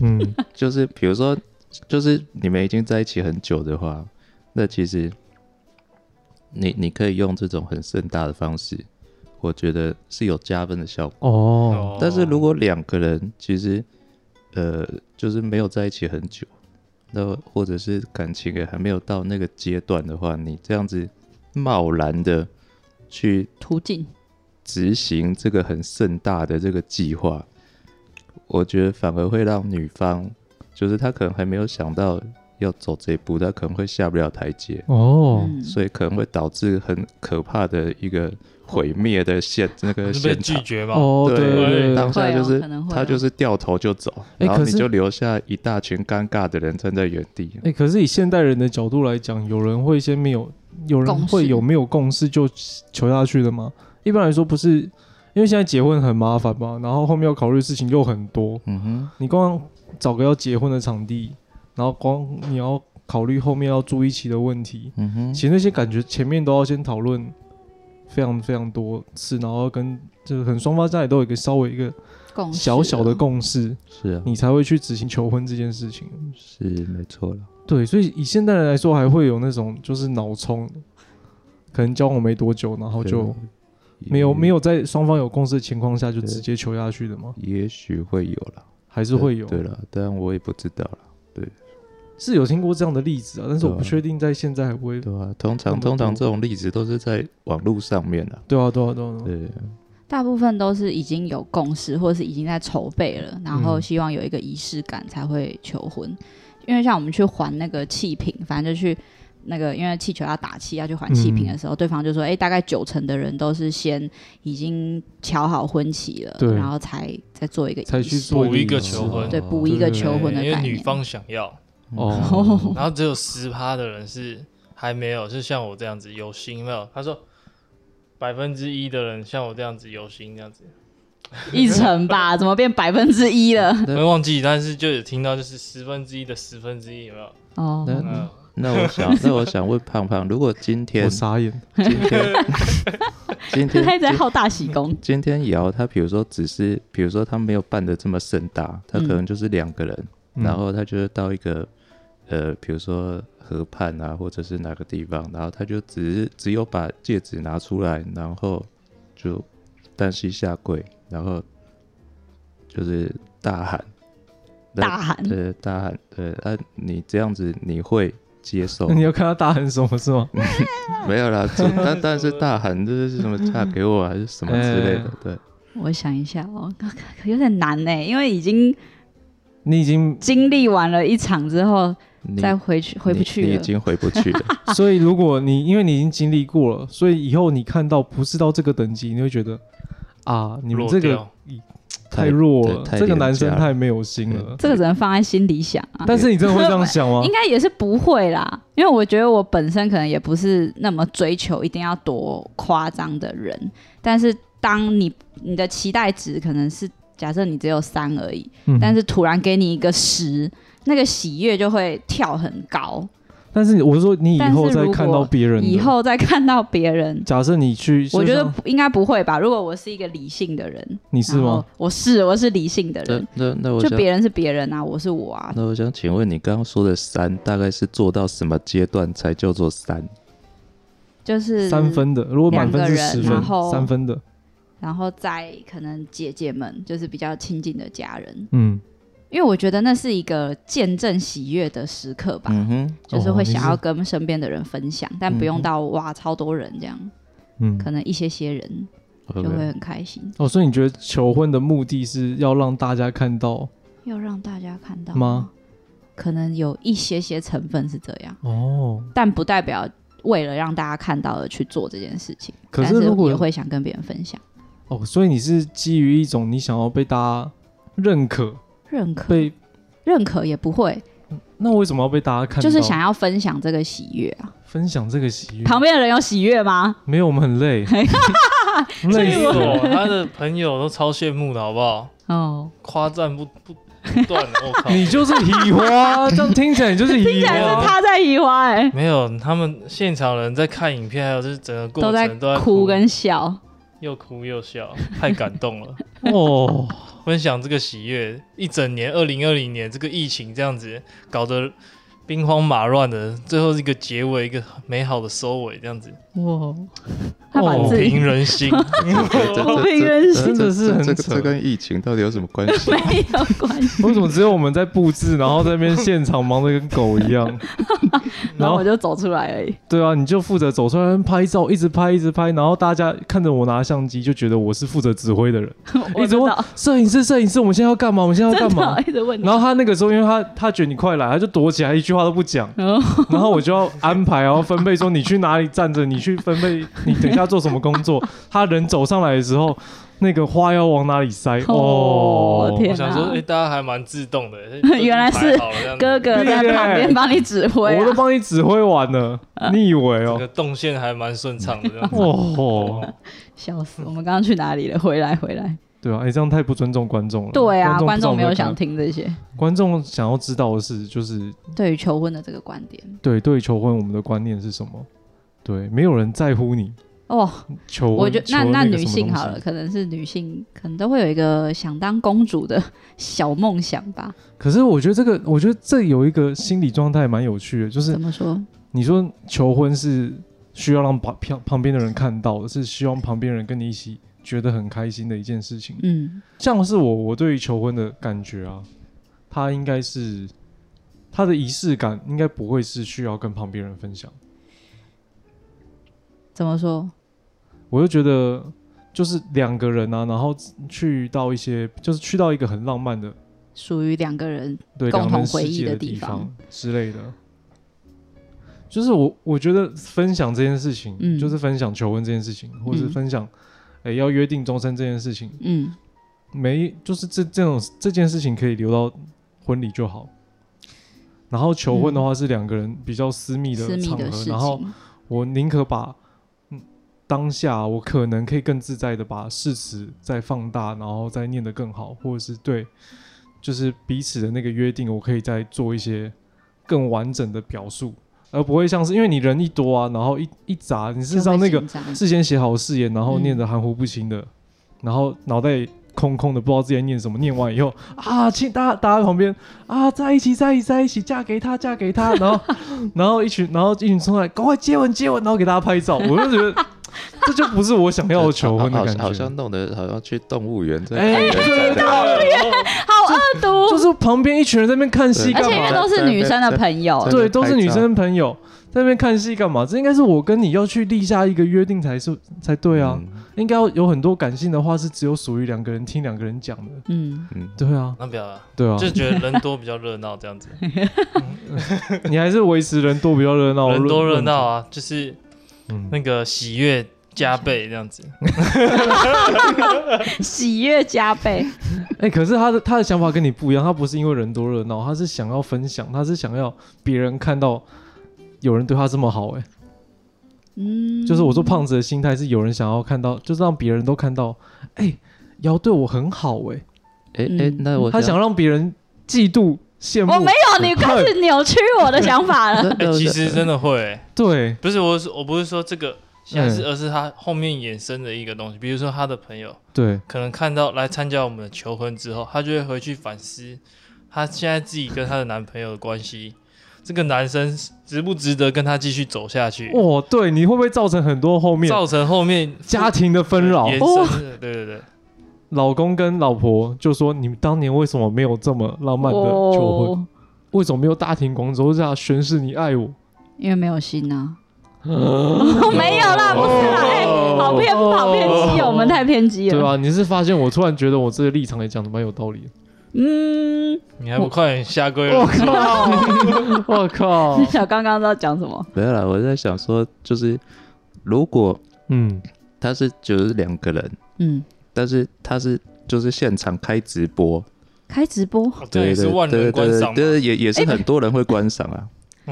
[SPEAKER 1] 嗯，
[SPEAKER 2] 就是比如说，就是你们已经在一起很久的话，那其实你你可以用这种很盛大的方式，我觉得是有加分的效果。
[SPEAKER 1] 哦，
[SPEAKER 2] 但是如果两个人其实呃就是没有在一起很久，那或者是感情也还没有到那个阶段的话，你这样子贸然的去
[SPEAKER 3] 途径
[SPEAKER 2] 执行这个很盛大的这个计划，我觉得反而会让女方，就是她可能还没有想到要走这一步，她可能会下不了台阶，
[SPEAKER 1] 哦，
[SPEAKER 3] 嗯，
[SPEAKER 2] 所以可能会导致很可怕的一个毁灭的现那个
[SPEAKER 4] 是被
[SPEAKER 2] 现
[SPEAKER 4] 拒
[SPEAKER 2] 场。
[SPEAKER 4] 绝嘛，
[SPEAKER 1] 哦，
[SPEAKER 2] 对
[SPEAKER 1] 对对
[SPEAKER 2] 当
[SPEAKER 1] 对，
[SPEAKER 2] 下就
[SPEAKER 3] 会哦
[SPEAKER 2] 是
[SPEAKER 3] 可能会哦
[SPEAKER 2] 她就是掉头就走，
[SPEAKER 1] 哎
[SPEAKER 2] 然后
[SPEAKER 1] 可
[SPEAKER 2] 你
[SPEAKER 1] 是
[SPEAKER 2] 就留下一大群尴尬的人站在原地。
[SPEAKER 1] 哎，可是以现代人的角度来讲，有人会先没有，有
[SPEAKER 3] 共
[SPEAKER 1] 人
[SPEAKER 3] 识
[SPEAKER 1] 会有没有共识就求下去的吗？一般来说不是，因为现在结婚很麻烦嘛，然后后面要考虑的事情又很多，
[SPEAKER 2] 嗯哼，
[SPEAKER 1] 你光找个要结婚的场地，然后光你要考虑后面要住一起的问题，
[SPEAKER 2] 嗯哼
[SPEAKER 1] 其实那些感觉前面都要先讨论非常非常多次，然后跟就是很双方家里都有一个稍微一个
[SPEAKER 3] 共识
[SPEAKER 1] 小小的
[SPEAKER 3] 了
[SPEAKER 1] 共识，
[SPEAKER 2] 是啊，
[SPEAKER 1] 你才会去执行求婚这件事情。
[SPEAKER 2] 是没错了。
[SPEAKER 1] 对，所以以现代人来说，还会有那种就是脑冲，可能交往没多久，然后就没有没
[SPEAKER 2] 有，
[SPEAKER 1] 有在双方有共识的情况下就
[SPEAKER 2] 嗯对
[SPEAKER 1] 直接求下去的吗？
[SPEAKER 2] 也许会有了，
[SPEAKER 1] 还是会有？
[SPEAKER 2] 对了，但我也不知道了。
[SPEAKER 1] 是有听过这样的例子啊，但是我
[SPEAKER 2] 对啊
[SPEAKER 1] 不确定在现在还不会。
[SPEAKER 2] 对啊，通
[SPEAKER 1] 那
[SPEAKER 2] 常
[SPEAKER 1] 么
[SPEAKER 2] 通常
[SPEAKER 1] 多
[SPEAKER 2] 这种例子都是在网络上面的、
[SPEAKER 1] 对啊，对啊，对啊，对啊
[SPEAKER 2] 对，
[SPEAKER 3] 大部分都是已经有共识，或是已经在筹备了，然后希望有一个仪式感才会求婚。因为像我们去还那个气瓶，反正就去那个，因为气球要打气，要去还气瓶的时候，对方就说：“哎、大概九成的人都是先已经瞧好婚期了，
[SPEAKER 1] 对
[SPEAKER 3] 然后才再做一个仪式
[SPEAKER 1] 才去做啊
[SPEAKER 4] 补一个
[SPEAKER 1] 仪式
[SPEAKER 4] 求婚
[SPEAKER 3] 对补一个求婚的
[SPEAKER 4] 因为
[SPEAKER 3] 概念
[SPEAKER 4] 女 方想要，
[SPEAKER 1] 哦，
[SPEAKER 4] 然后只有十趴的人是还没有，就像我这样子有心没有？他说百分之一的人像我这样子有心这样子，
[SPEAKER 3] 一成吧，怎么变百分之一了？
[SPEAKER 2] 对
[SPEAKER 4] 没忘记，但是就有听到就是十分之一的十分之一有没有？
[SPEAKER 3] 哦，
[SPEAKER 2] 那
[SPEAKER 4] 嗯，
[SPEAKER 2] 那我想，那我想问胖胖，如果今天
[SPEAKER 1] 我傻眼。
[SPEAKER 2] 今天今天
[SPEAKER 3] 他一直在
[SPEAKER 2] 今
[SPEAKER 3] 好大喜功，
[SPEAKER 2] 今天瑶她比如说只是，比如说她没有办的这么盛大，她可能就是两个人，
[SPEAKER 1] 嗯
[SPEAKER 2] 然后她就是到一个呃，比如说河畔啊，或者是哪个地方，然后她就只是只有把戒指拿出来，然后就单膝下跪，然后就是大喊。
[SPEAKER 3] 大喊
[SPEAKER 2] 呃，大喊，呃，啊，你这样子你 会接受
[SPEAKER 1] 那 ？你要看他大喊什么是吗？
[SPEAKER 2] 没有啦，这但但是大喊这是什么嫁给我啊还是什么之类的
[SPEAKER 1] 哎？
[SPEAKER 2] 对，
[SPEAKER 3] 我想一下哦，可可有点难呢，因为已经
[SPEAKER 1] 你已经
[SPEAKER 3] 经历完了一场之后，
[SPEAKER 2] 你
[SPEAKER 3] 再回去回不
[SPEAKER 2] 你
[SPEAKER 3] 去
[SPEAKER 2] 你已
[SPEAKER 3] 了。
[SPEAKER 2] 经回不去 了。
[SPEAKER 1] 所以，如果你因为你已经经历过了，所以以后你看到不是到这个等级，你会觉得啊，你们
[SPEAKER 4] 弱
[SPEAKER 1] 这个
[SPEAKER 4] 掉
[SPEAKER 1] 太弱了，
[SPEAKER 2] 太太
[SPEAKER 1] 这个男生
[SPEAKER 2] 廉价了
[SPEAKER 1] 太没有心了。
[SPEAKER 3] 这个只能放在心里想啊。
[SPEAKER 1] 但是你真的会这样想吗
[SPEAKER 2] 哦
[SPEAKER 3] 应？该也是不会啦，因为我觉得我本身可能也不是那么追求一定要多夸张的人，但是当你你的期待值可能是假设你只有三而已，
[SPEAKER 1] 嗯
[SPEAKER 3] 但是突然给你一个十，那个喜悦就会跳很高。
[SPEAKER 1] 但是我是说，你以
[SPEAKER 3] 但是
[SPEAKER 1] 后再
[SPEAKER 3] 如
[SPEAKER 1] 看
[SPEAKER 3] 果
[SPEAKER 1] 到别人的，
[SPEAKER 3] 以后再看到别人，
[SPEAKER 1] 假设你去，
[SPEAKER 2] 啊
[SPEAKER 3] 我觉得
[SPEAKER 1] 就像
[SPEAKER 3] 不应该不会吧。如果我是一个理性的人，
[SPEAKER 1] 你是
[SPEAKER 3] 然后
[SPEAKER 1] 吗？
[SPEAKER 3] 我是我是理性的
[SPEAKER 2] 那
[SPEAKER 3] 人，
[SPEAKER 2] 那那我
[SPEAKER 3] 就
[SPEAKER 2] 想，
[SPEAKER 3] 别人是别人啊，我是我啊。
[SPEAKER 2] 那我想请问你刚刚说的三，大概是做到什么阶段才叫做三？
[SPEAKER 3] 就是
[SPEAKER 1] 三，分的，如果满分是
[SPEAKER 3] 两个
[SPEAKER 1] 十
[SPEAKER 3] 人
[SPEAKER 1] 分
[SPEAKER 3] 然，后
[SPEAKER 1] 三分的，
[SPEAKER 3] 然后再可能姐姐们，就是比较亲近的家人，
[SPEAKER 1] 嗯，
[SPEAKER 3] 因为我觉得那是一个见证喜悦的时刻吧，
[SPEAKER 2] 嗯哼，
[SPEAKER 3] 就是
[SPEAKER 1] 哦
[SPEAKER 3] 会
[SPEAKER 1] 你
[SPEAKER 3] 想
[SPEAKER 1] 是
[SPEAKER 3] 要跟身边的人分享，但
[SPEAKER 2] 嗯
[SPEAKER 3] 不用到哇超多人这样，
[SPEAKER 1] 嗯，
[SPEAKER 3] 可能一些些人就
[SPEAKER 2] OK
[SPEAKER 3] 会很开心。
[SPEAKER 1] 哦，所以你觉得求婚的目的是要让大家看到
[SPEAKER 3] 要让大家看到
[SPEAKER 1] 吗？
[SPEAKER 3] 可能有一些些成分是这样，
[SPEAKER 1] 哦？
[SPEAKER 3] 但不代表为了让大家看到而去做这件事情。
[SPEAKER 1] 可
[SPEAKER 3] 但
[SPEAKER 1] 是
[SPEAKER 3] 是
[SPEAKER 1] 如果
[SPEAKER 3] 也会想跟别人分享，
[SPEAKER 1] 哦，所以你是基于一种你想要被大家认可，
[SPEAKER 3] 认可
[SPEAKER 1] 被
[SPEAKER 3] 认可也不会，
[SPEAKER 1] 那为什么要被大家看到？
[SPEAKER 3] 就是想要分享这个喜悦啊。
[SPEAKER 1] 分享这个喜悦。
[SPEAKER 3] 旁边的人有喜悦吗？
[SPEAKER 1] 没有，我们很 累，累
[SPEAKER 4] 没
[SPEAKER 1] 死
[SPEAKER 4] 有
[SPEAKER 1] 我了。，
[SPEAKER 4] 他的朋友都超羡慕的好不好？
[SPEAKER 3] 哦，
[SPEAKER 4] 夸赞不不不断，我 靠！
[SPEAKER 1] 你就是喜花，这样听起来你就是
[SPEAKER 3] 竟
[SPEAKER 1] 喜
[SPEAKER 3] 然
[SPEAKER 1] 花
[SPEAKER 3] 是。他在移花哎、
[SPEAKER 4] 没有，他们现场人在看影片，还有就是整个过
[SPEAKER 3] 都
[SPEAKER 1] 啊
[SPEAKER 4] 程
[SPEAKER 3] 在
[SPEAKER 4] 都在
[SPEAKER 3] 哭跟笑。
[SPEAKER 4] 又哭又 笑，太感动了。
[SPEAKER 1] 哦，
[SPEAKER 4] 分享这个喜悦，一整年，二零二零年这个疫情这样子搞得兵荒马乱的，最后一个结尾，一个美好的收尾，这样子
[SPEAKER 3] 哇，他把
[SPEAKER 1] 哦
[SPEAKER 4] 抚
[SPEAKER 3] 自己
[SPEAKER 4] 平人心。
[SPEAKER 2] 这这
[SPEAKER 3] 我
[SPEAKER 2] 这
[SPEAKER 3] 平人
[SPEAKER 2] 这
[SPEAKER 1] 心
[SPEAKER 2] 这
[SPEAKER 1] 的是
[SPEAKER 2] 这
[SPEAKER 1] 很
[SPEAKER 2] 这个
[SPEAKER 1] 扯
[SPEAKER 2] 这跟疫情到底有什么关 系？
[SPEAKER 3] 没有关系，
[SPEAKER 1] 为什么只有我们在布置，然后在那边现场忙得跟狗一 样？
[SPEAKER 3] 然
[SPEAKER 1] 然
[SPEAKER 3] 后
[SPEAKER 1] 后
[SPEAKER 3] 我就走出来 而已。
[SPEAKER 1] 对啊，你就负责走出来拍照，一直拍，一直拍，然后大家看着我拿相机，就觉得我是负责指挥的人。
[SPEAKER 3] 我
[SPEAKER 1] 一
[SPEAKER 3] 知
[SPEAKER 1] 直问
[SPEAKER 3] 道，
[SPEAKER 1] 摄影师，摄影师，我们现在要干嘛？我们现在要
[SPEAKER 3] 真
[SPEAKER 1] 干嘛
[SPEAKER 3] 的？一直问 你
[SPEAKER 1] 然。后他那个时候，因为他他觉得你快来，他就躲起来，一句话都不讲。
[SPEAKER 3] 哦
[SPEAKER 1] 然后我就要安排，然后分配说你去哪里站着，你去分配你等一下做什么工作。他人走上来的时候，那个花要往哪里塞？哦
[SPEAKER 3] 哦，天
[SPEAKER 4] 我想说，
[SPEAKER 3] 哪
[SPEAKER 4] 哎、大家还蛮自动的，诶
[SPEAKER 3] 原来是
[SPEAKER 4] 排好了这样子
[SPEAKER 3] 哥哥在旁边帮你指挥
[SPEAKER 1] 我都
[SPEAKER 3] 啊。
[SPEAKER 1] 帮你指挥完了，你以为
[SPEAKER 4] 整
[SPEAKER 1] 哦？
[SPEAKER 4] 个动线还蛮顺畅的这
[SPEAKER 3] 哎
[SPEAKER 4] 样子。
[SPEAKER 1] 哦，
[SPEAKER 3] 笑死，我们刚刚去哪里了？回来，回来。
[SPEAKER 1] 对啊，哎、这样太不尊重观众了。
[SPEAKER 3] 对啊，观
[SPEAKER 1] 观
[SPEAKER 3] 众没有想
[SPEAKER 1] 听，
[SPEAKER 3] 听这些。
[SPEAKER 1] 观众想要知道的是，就是
[SPEAKER 3] 对于求婚的这个观点，
[SPEAKER 1] 对对于求婚我们的观念是什么？对，没有人在乎你
[SPEAKER 3] 哦，
[SPEAKER 1] 求婚。
[SPEAKER 3] 我觉得那
[SPEAKER 1] 求
[SPEAKER 3] 那
[SPEAKER 1] 那个
[SPEAKER 3] 女
[SPEAKER 1] 什么
[SPEAKER 3] 性
[SPEAKER 1] 东
[SPEAKER 3] 好
[SPEAKER 1] 西
[SPEAKER 3] 了，可能是女性，可能都会有一个想当公主的小梦想吧。
[SPEAKER 1] 可是我觉得这个，我觉得这有一个心理状态蛮有趣的，就是
[SPEAKER 3] 怎么说？
[SPEAKER 1] 你说求婚是需要让旁旁旁边的人看到的，是希望旁边人跟你一起觉得很开心的一件事情。
[SPEAKER 3] 嗯，
[SPEAKER 1] 像是我，我对于求婚的感觉啊，它应该是它的仪式感，应该不会是需要跟旁边人分享。
[SPEAKER 3] 怎么说？
[SPEAKER 1] 我就觉得就是两个人啊，然后去到一些，就是去到一个很浪漫的
[SPEAKER 3] 属于两个人
[SPEAKER 1] 对
[SPEAKER 3] 共
[SPEAKER 1] 两
[SPEAKER 3] 同
[SPEAKER 1] 人
[SPEAKER 3] 回
[SPEAKER 1] 世
[SPEAKER 3] 忆
[SPEAKER 1] 界
[SPEAKER 3] 的
[SPEAKER 1] 的
[SPEAKER 3] 地
[SPEAKER 1] 方
[SPEAKER 3] 方
[SPEAKER 1] 之类的。就是我我觉得分享这件事情，
[SPEAKER 3] 嗯
[SPEAKER 1] 就是分享求婚这件事情，或者是
[SPEAKER 3] 嗯
[SPEAKER 1] 分享诶、要约定终身这件事情，
[SPEAKER 3] 嗯，
[SPEAKER 1] 没就是这这种这件事情可以留到婚礼就好。然后求婚的话是两个人比较私密
[SPEAKER 3] 嗯私
[SPEAKER 1] 的
[SPEAKER 3] 密
[SPEAKER 1] 场
[SPEAKER 3] 的
[SPEAKER 1] 合，
[SPEAKER 3] 事
[SPEAKER 1] 然后
[SPEAKER 3] 情。
[SPEAKER 1] 我宁可把嗯当下我可能可以更自在的把事实再放大，然后再念得更好，或者是对，就是彼此的那个约定，我可以再做一些更完整的表述，而不会像是因为你人一多啊，然后一一砸，你事实上那个
[SPEAKER 3] 就会紧张
[SPEAKER 1] 事先写好誓言，然后
[SPEAKER 3] 嗯
[SPEAKER 1] 念得含糊不清的，然后脑袋空空的，不知道自己在念什么。念完以后啊，亲，大家大家在旁边啊，在一起，在一起，在一起，嫁给他，嫁给他，然后然后一群，然后一群冲来，赶快接吻，接吻，然后给大家拍照。我就觉得这就不是我想要的求婚的
[SPEAKER 2] 好
[SPEAKER 1] 感
[SPEAKER 2] 好好
[SPEAKER 1] 觉
[SPEAKER 2] 像。弄得好像去动物园在
[SPEAKER 1] 哎
[SPEAKER 2] 看人
[SPEAKER 1] 对对
[SPEAKER 2] 在
[SPEAKER 1] 对
[SPEAKER 2] 那边
[SPEAKER 3] 好恶毒，
[SPEAKER 1] 就是旁边一群人在那边看戏
[SPEAKER 2] 对
[SPEAKER 1] 干
[SPEAKER 3] 而且因为
[SPEAKER 1] 嘛？
[SPEAKER 3] 都是女生的朋友
[SPEAKER 2] 在，
[SPEAKER 1] 对，都是
[SPEAKER 2] 拍
[SPEAKER 1] 女
[SPEAKER 2] 照
[SPEAKER 1] 生朋友在那边看戏干嘛？这应该是我跟你要去立下一个约定才是才对啊。
[SPEAKER 2] 嗯
[SPEAKER 1] 应该要有很多感性的话是只有属于两个人听两个人讲的。
[SPEAKER 3] 嗯，
[SPEAKER 2] 嗯，
[SPEAKER 1] 对啊，
[SPEAKER 4] 那不要了，
[SPEAKER 1] 对啊，
[SPEAKER 4] 就觉得人多比较热闹 这样子，
[SPEAKER 1] 你还是维持人多比较热闹，
[SPEAKER 4] 人多热闹
[SPEAKER 1] 啊。
[SPEAKER 4] 啊，就是
[SPEAKER 1] 嗯，
[SPEAKER 4] 那个喜悦加倍这样子。
[SPEAKER 3] 喜悦加倍。
[SPEAKER 1] 哎、可是他的他的想法跟你不一样，他不是因为人多热闹，他是想要分享，他是想要别人看到有人对他这么好、哎，
[SPEAKER 3] 嗯，
[SPEAKER 1] 就是我说胖子的心态是有人想要看到，就是让别人都看到，哎、瑶对我很好、哎，
[SPEAKER 2] 哎哎，
[SPEAKER 3] 嗯
[SPEAKER 2] 那我
[SPEAKER 1] 他想让别人嫉妒羡慕。
[SPEAKER 3] 我没有，你开始扭曲我的想法 了。
[SPEAKER 4] 哎、其实真的会、
[SPEAKER 1] 对，
[SPEAKER 4] 不是我是，我不是说这个现在是，而是他后面衍生的一个东西。比如说他的朋友
[SPEAKER 1] 对，
[SPEAKER 4] 可能看到来参加我们的求婚之后，他就会回去反思，他现在自己跟他的男朋友的关系，这个男生值不值得跟他继续走下去，
[SPEAKER 1] 哦，对，你会不会造成很多后面
[SPEAKER 4] 造成后面
[SPEAKER 1] 家庭的纷扰？
[SPEAKER 4] 延
[SPEAKER 1] 哦，
[SPEAKER 4] 伸的，对对对，
[SPEAKER 1] 老公跟老婆就说：“你们当年为什么没有这么浪漫的求婚？
[SPEAKER 3] 哦，
[SPEAKER 1] 为什么没有大庭广众下宣誓你爱我
[SPEAKER 3] 因为没有 心啊。 我没有啦，
[SPEAKER 1] 哦
[SPEAKER 3] 不是啦，哎、好偏好偏激哦，我们太偏？”激
[SPEAKER 1] 对啊
[SPEAKER 3] 了。
[SPEAKER 1] 吧？你是发现我突然觉得我这个立场也讲的蛮有道理的。
[SPEAKER 3] 嗯，
[SPEAKER 4] 你还不快点下跪
[SPEAKER 1] 我
[SPEAKER 4] 了？
[SPEAKER 1] 靠！我靠
[SPEAKER 3] 你！
[SPEAKER 1] 哦
[SPEAKER 3] 小 刚刚在讲什么？
[SPEAKER 2] 没有啦，我在想说，就是如果
[SPEAKER 1] 嗯，
[SPEAKER 2] 他是就是两个人，
[SPEAKER 3] 嗯，
[SPEAKER 2] 但是他是就是现场开直播，
[SPEAKER 3] 开直播，
[SPEAKER 4] 哦这
[SPEAKER 2] 对
[SPEAKER 4] 也是
[SPEAKER 2] 对
[SPEAKER 4] 万人
[SPEAKER 2] 对
[SPEAKER 4] 观
[SPEAKER 2] 对
[SPEAKER 4] 赏
[SPEAKER 2] 对，
[SPEAKER 4] 嘛，
[SPEAKER 2] 对也也是很多人会观赏啊。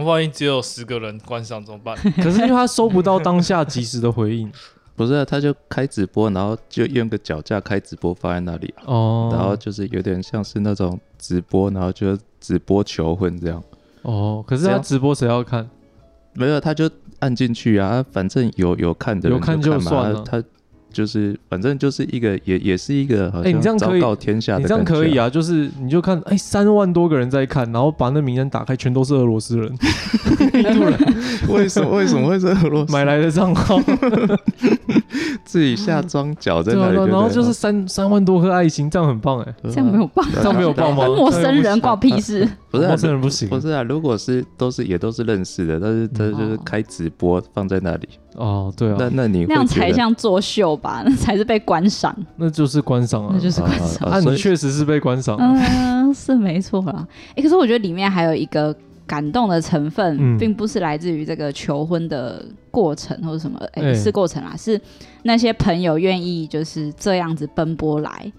[SPEAKER 4] 万一只有十个人观赏怎么办？
[SPEAKER 1] 可是因为他收不到当下及时的回 应
[SPEAKER 2] 不是、啊，他就开直播，然后就用个脚架开直播放在那里啊，
[SPEAKER 1] 哦，
[SPEAKER 2] 然后就是有点像是那种直播，然后就直播求婚这样。
[SPEAKER 1] 哦，可是
[SPEAKER 2] 这
[SPEAKER 1] 他
[SPEAKER 2] 样
[SPEAKER 1] 直播谁要看？
[SPEAKER 2] 没有，他就按进去啊，反正有有看的人
[SPEAKER 1] 有看
[SPEAKER 2] 就
[SPEAKER 1] 就
[SPEAKER 2] 嘛啊
[SPEAKER 1] 算了
[SPEAKER 2] 他就是反正就是一个也也是一个好
[SPEAKER 1] 哎你这样
[SPEAKER 2] 像
[SPEAKER 1] 可
[SPEAKER 2] 昭
[SPEAKER 1] 以
[SPEAKER 2] 告天下
[SPEAKER 1] 你
[SPEAKER 2] 的
[SPEAKER 1] 这
[SPEAKER 2] 感觉、
[SPEAKER 1] 样可以，啊，就是你就看，哎，三万多个人在看，然后把那名单打开，全都是俄罗斯人， 印度人
[SPEAKER 2] 为什么为什么会是俄罗斯
[SPEAKER 1] 买来的账 号，
[SPEAKER 2] 自己下庄脚在
[SPEAKER 1] 对
[SPEAKER 2] 那
[SPEAKER 1] 啊，
[SPEAKER 2] 里
[SPEAKER 1] 对啊
[SPEAKER 2] 对了？
[SPEAKER 1] 然后就是三三万多颗爱心，这样很棒哎，
[SPEAKER 2] 对啊
[SPEAKER 3] 这样没有办
[SPEAKER 2] 对
[SPEAKER 3] 法
[SPEAKER 2] 啊
[SPEAKER 1] 这样没有
[SPEAKER 2] 对啊
[SPEAKER 1] 爆吗？
[SPEAKER 3] 陌生人
[SPEAKER 1] 挂
[SPEAKER 3] 关我屁事。
[SPEAKER 2] 不是啊
[SPEAKER 1] 陌生人不行
[SPEAKER 2] 不是啊，如果是都是也都是认识的，但是他就是
[SPEAKER 3] 哦
[SPEAKER 2] 开直播放在那里，
[SPEAKER 1] 哦，对
[SPEAKER 2] 那
[SPEAKER 1] 啊，
[SPEAKER 2] 那你会
[SPEAKER 3] 那样
[SPEAKER 2] 觉
[SPEAKER 3] 才
[SPEAKER 2] 得
[SPEAKER 3] 像作秀吧， 那才是被观赏，
[SPEAKER 1] 那就是观赏啊
[SPEAKER 3] 那，就是观赏。
[SPEAKER 2] 啊
[SPEAKER 1] 啊，
[SPEAKER 2] 所
[SPEAKER 1] 你
[SPEAKER 2] 以
[SPEAKER 1] 确实是被观赏，
[SPEAKER 3] 嗯，是没错啦。哎、可是我觉得里面还有一个感动的成分，
[SPEAKER 1] 嗯
[SPEAKER 3] 并不是来自于这个求婚的过程或者什么，哎、
[SPEAKER 1] 哎
[SPEAKER 3] 是过程啦，是那些朋友愿意就是这样子奔波来。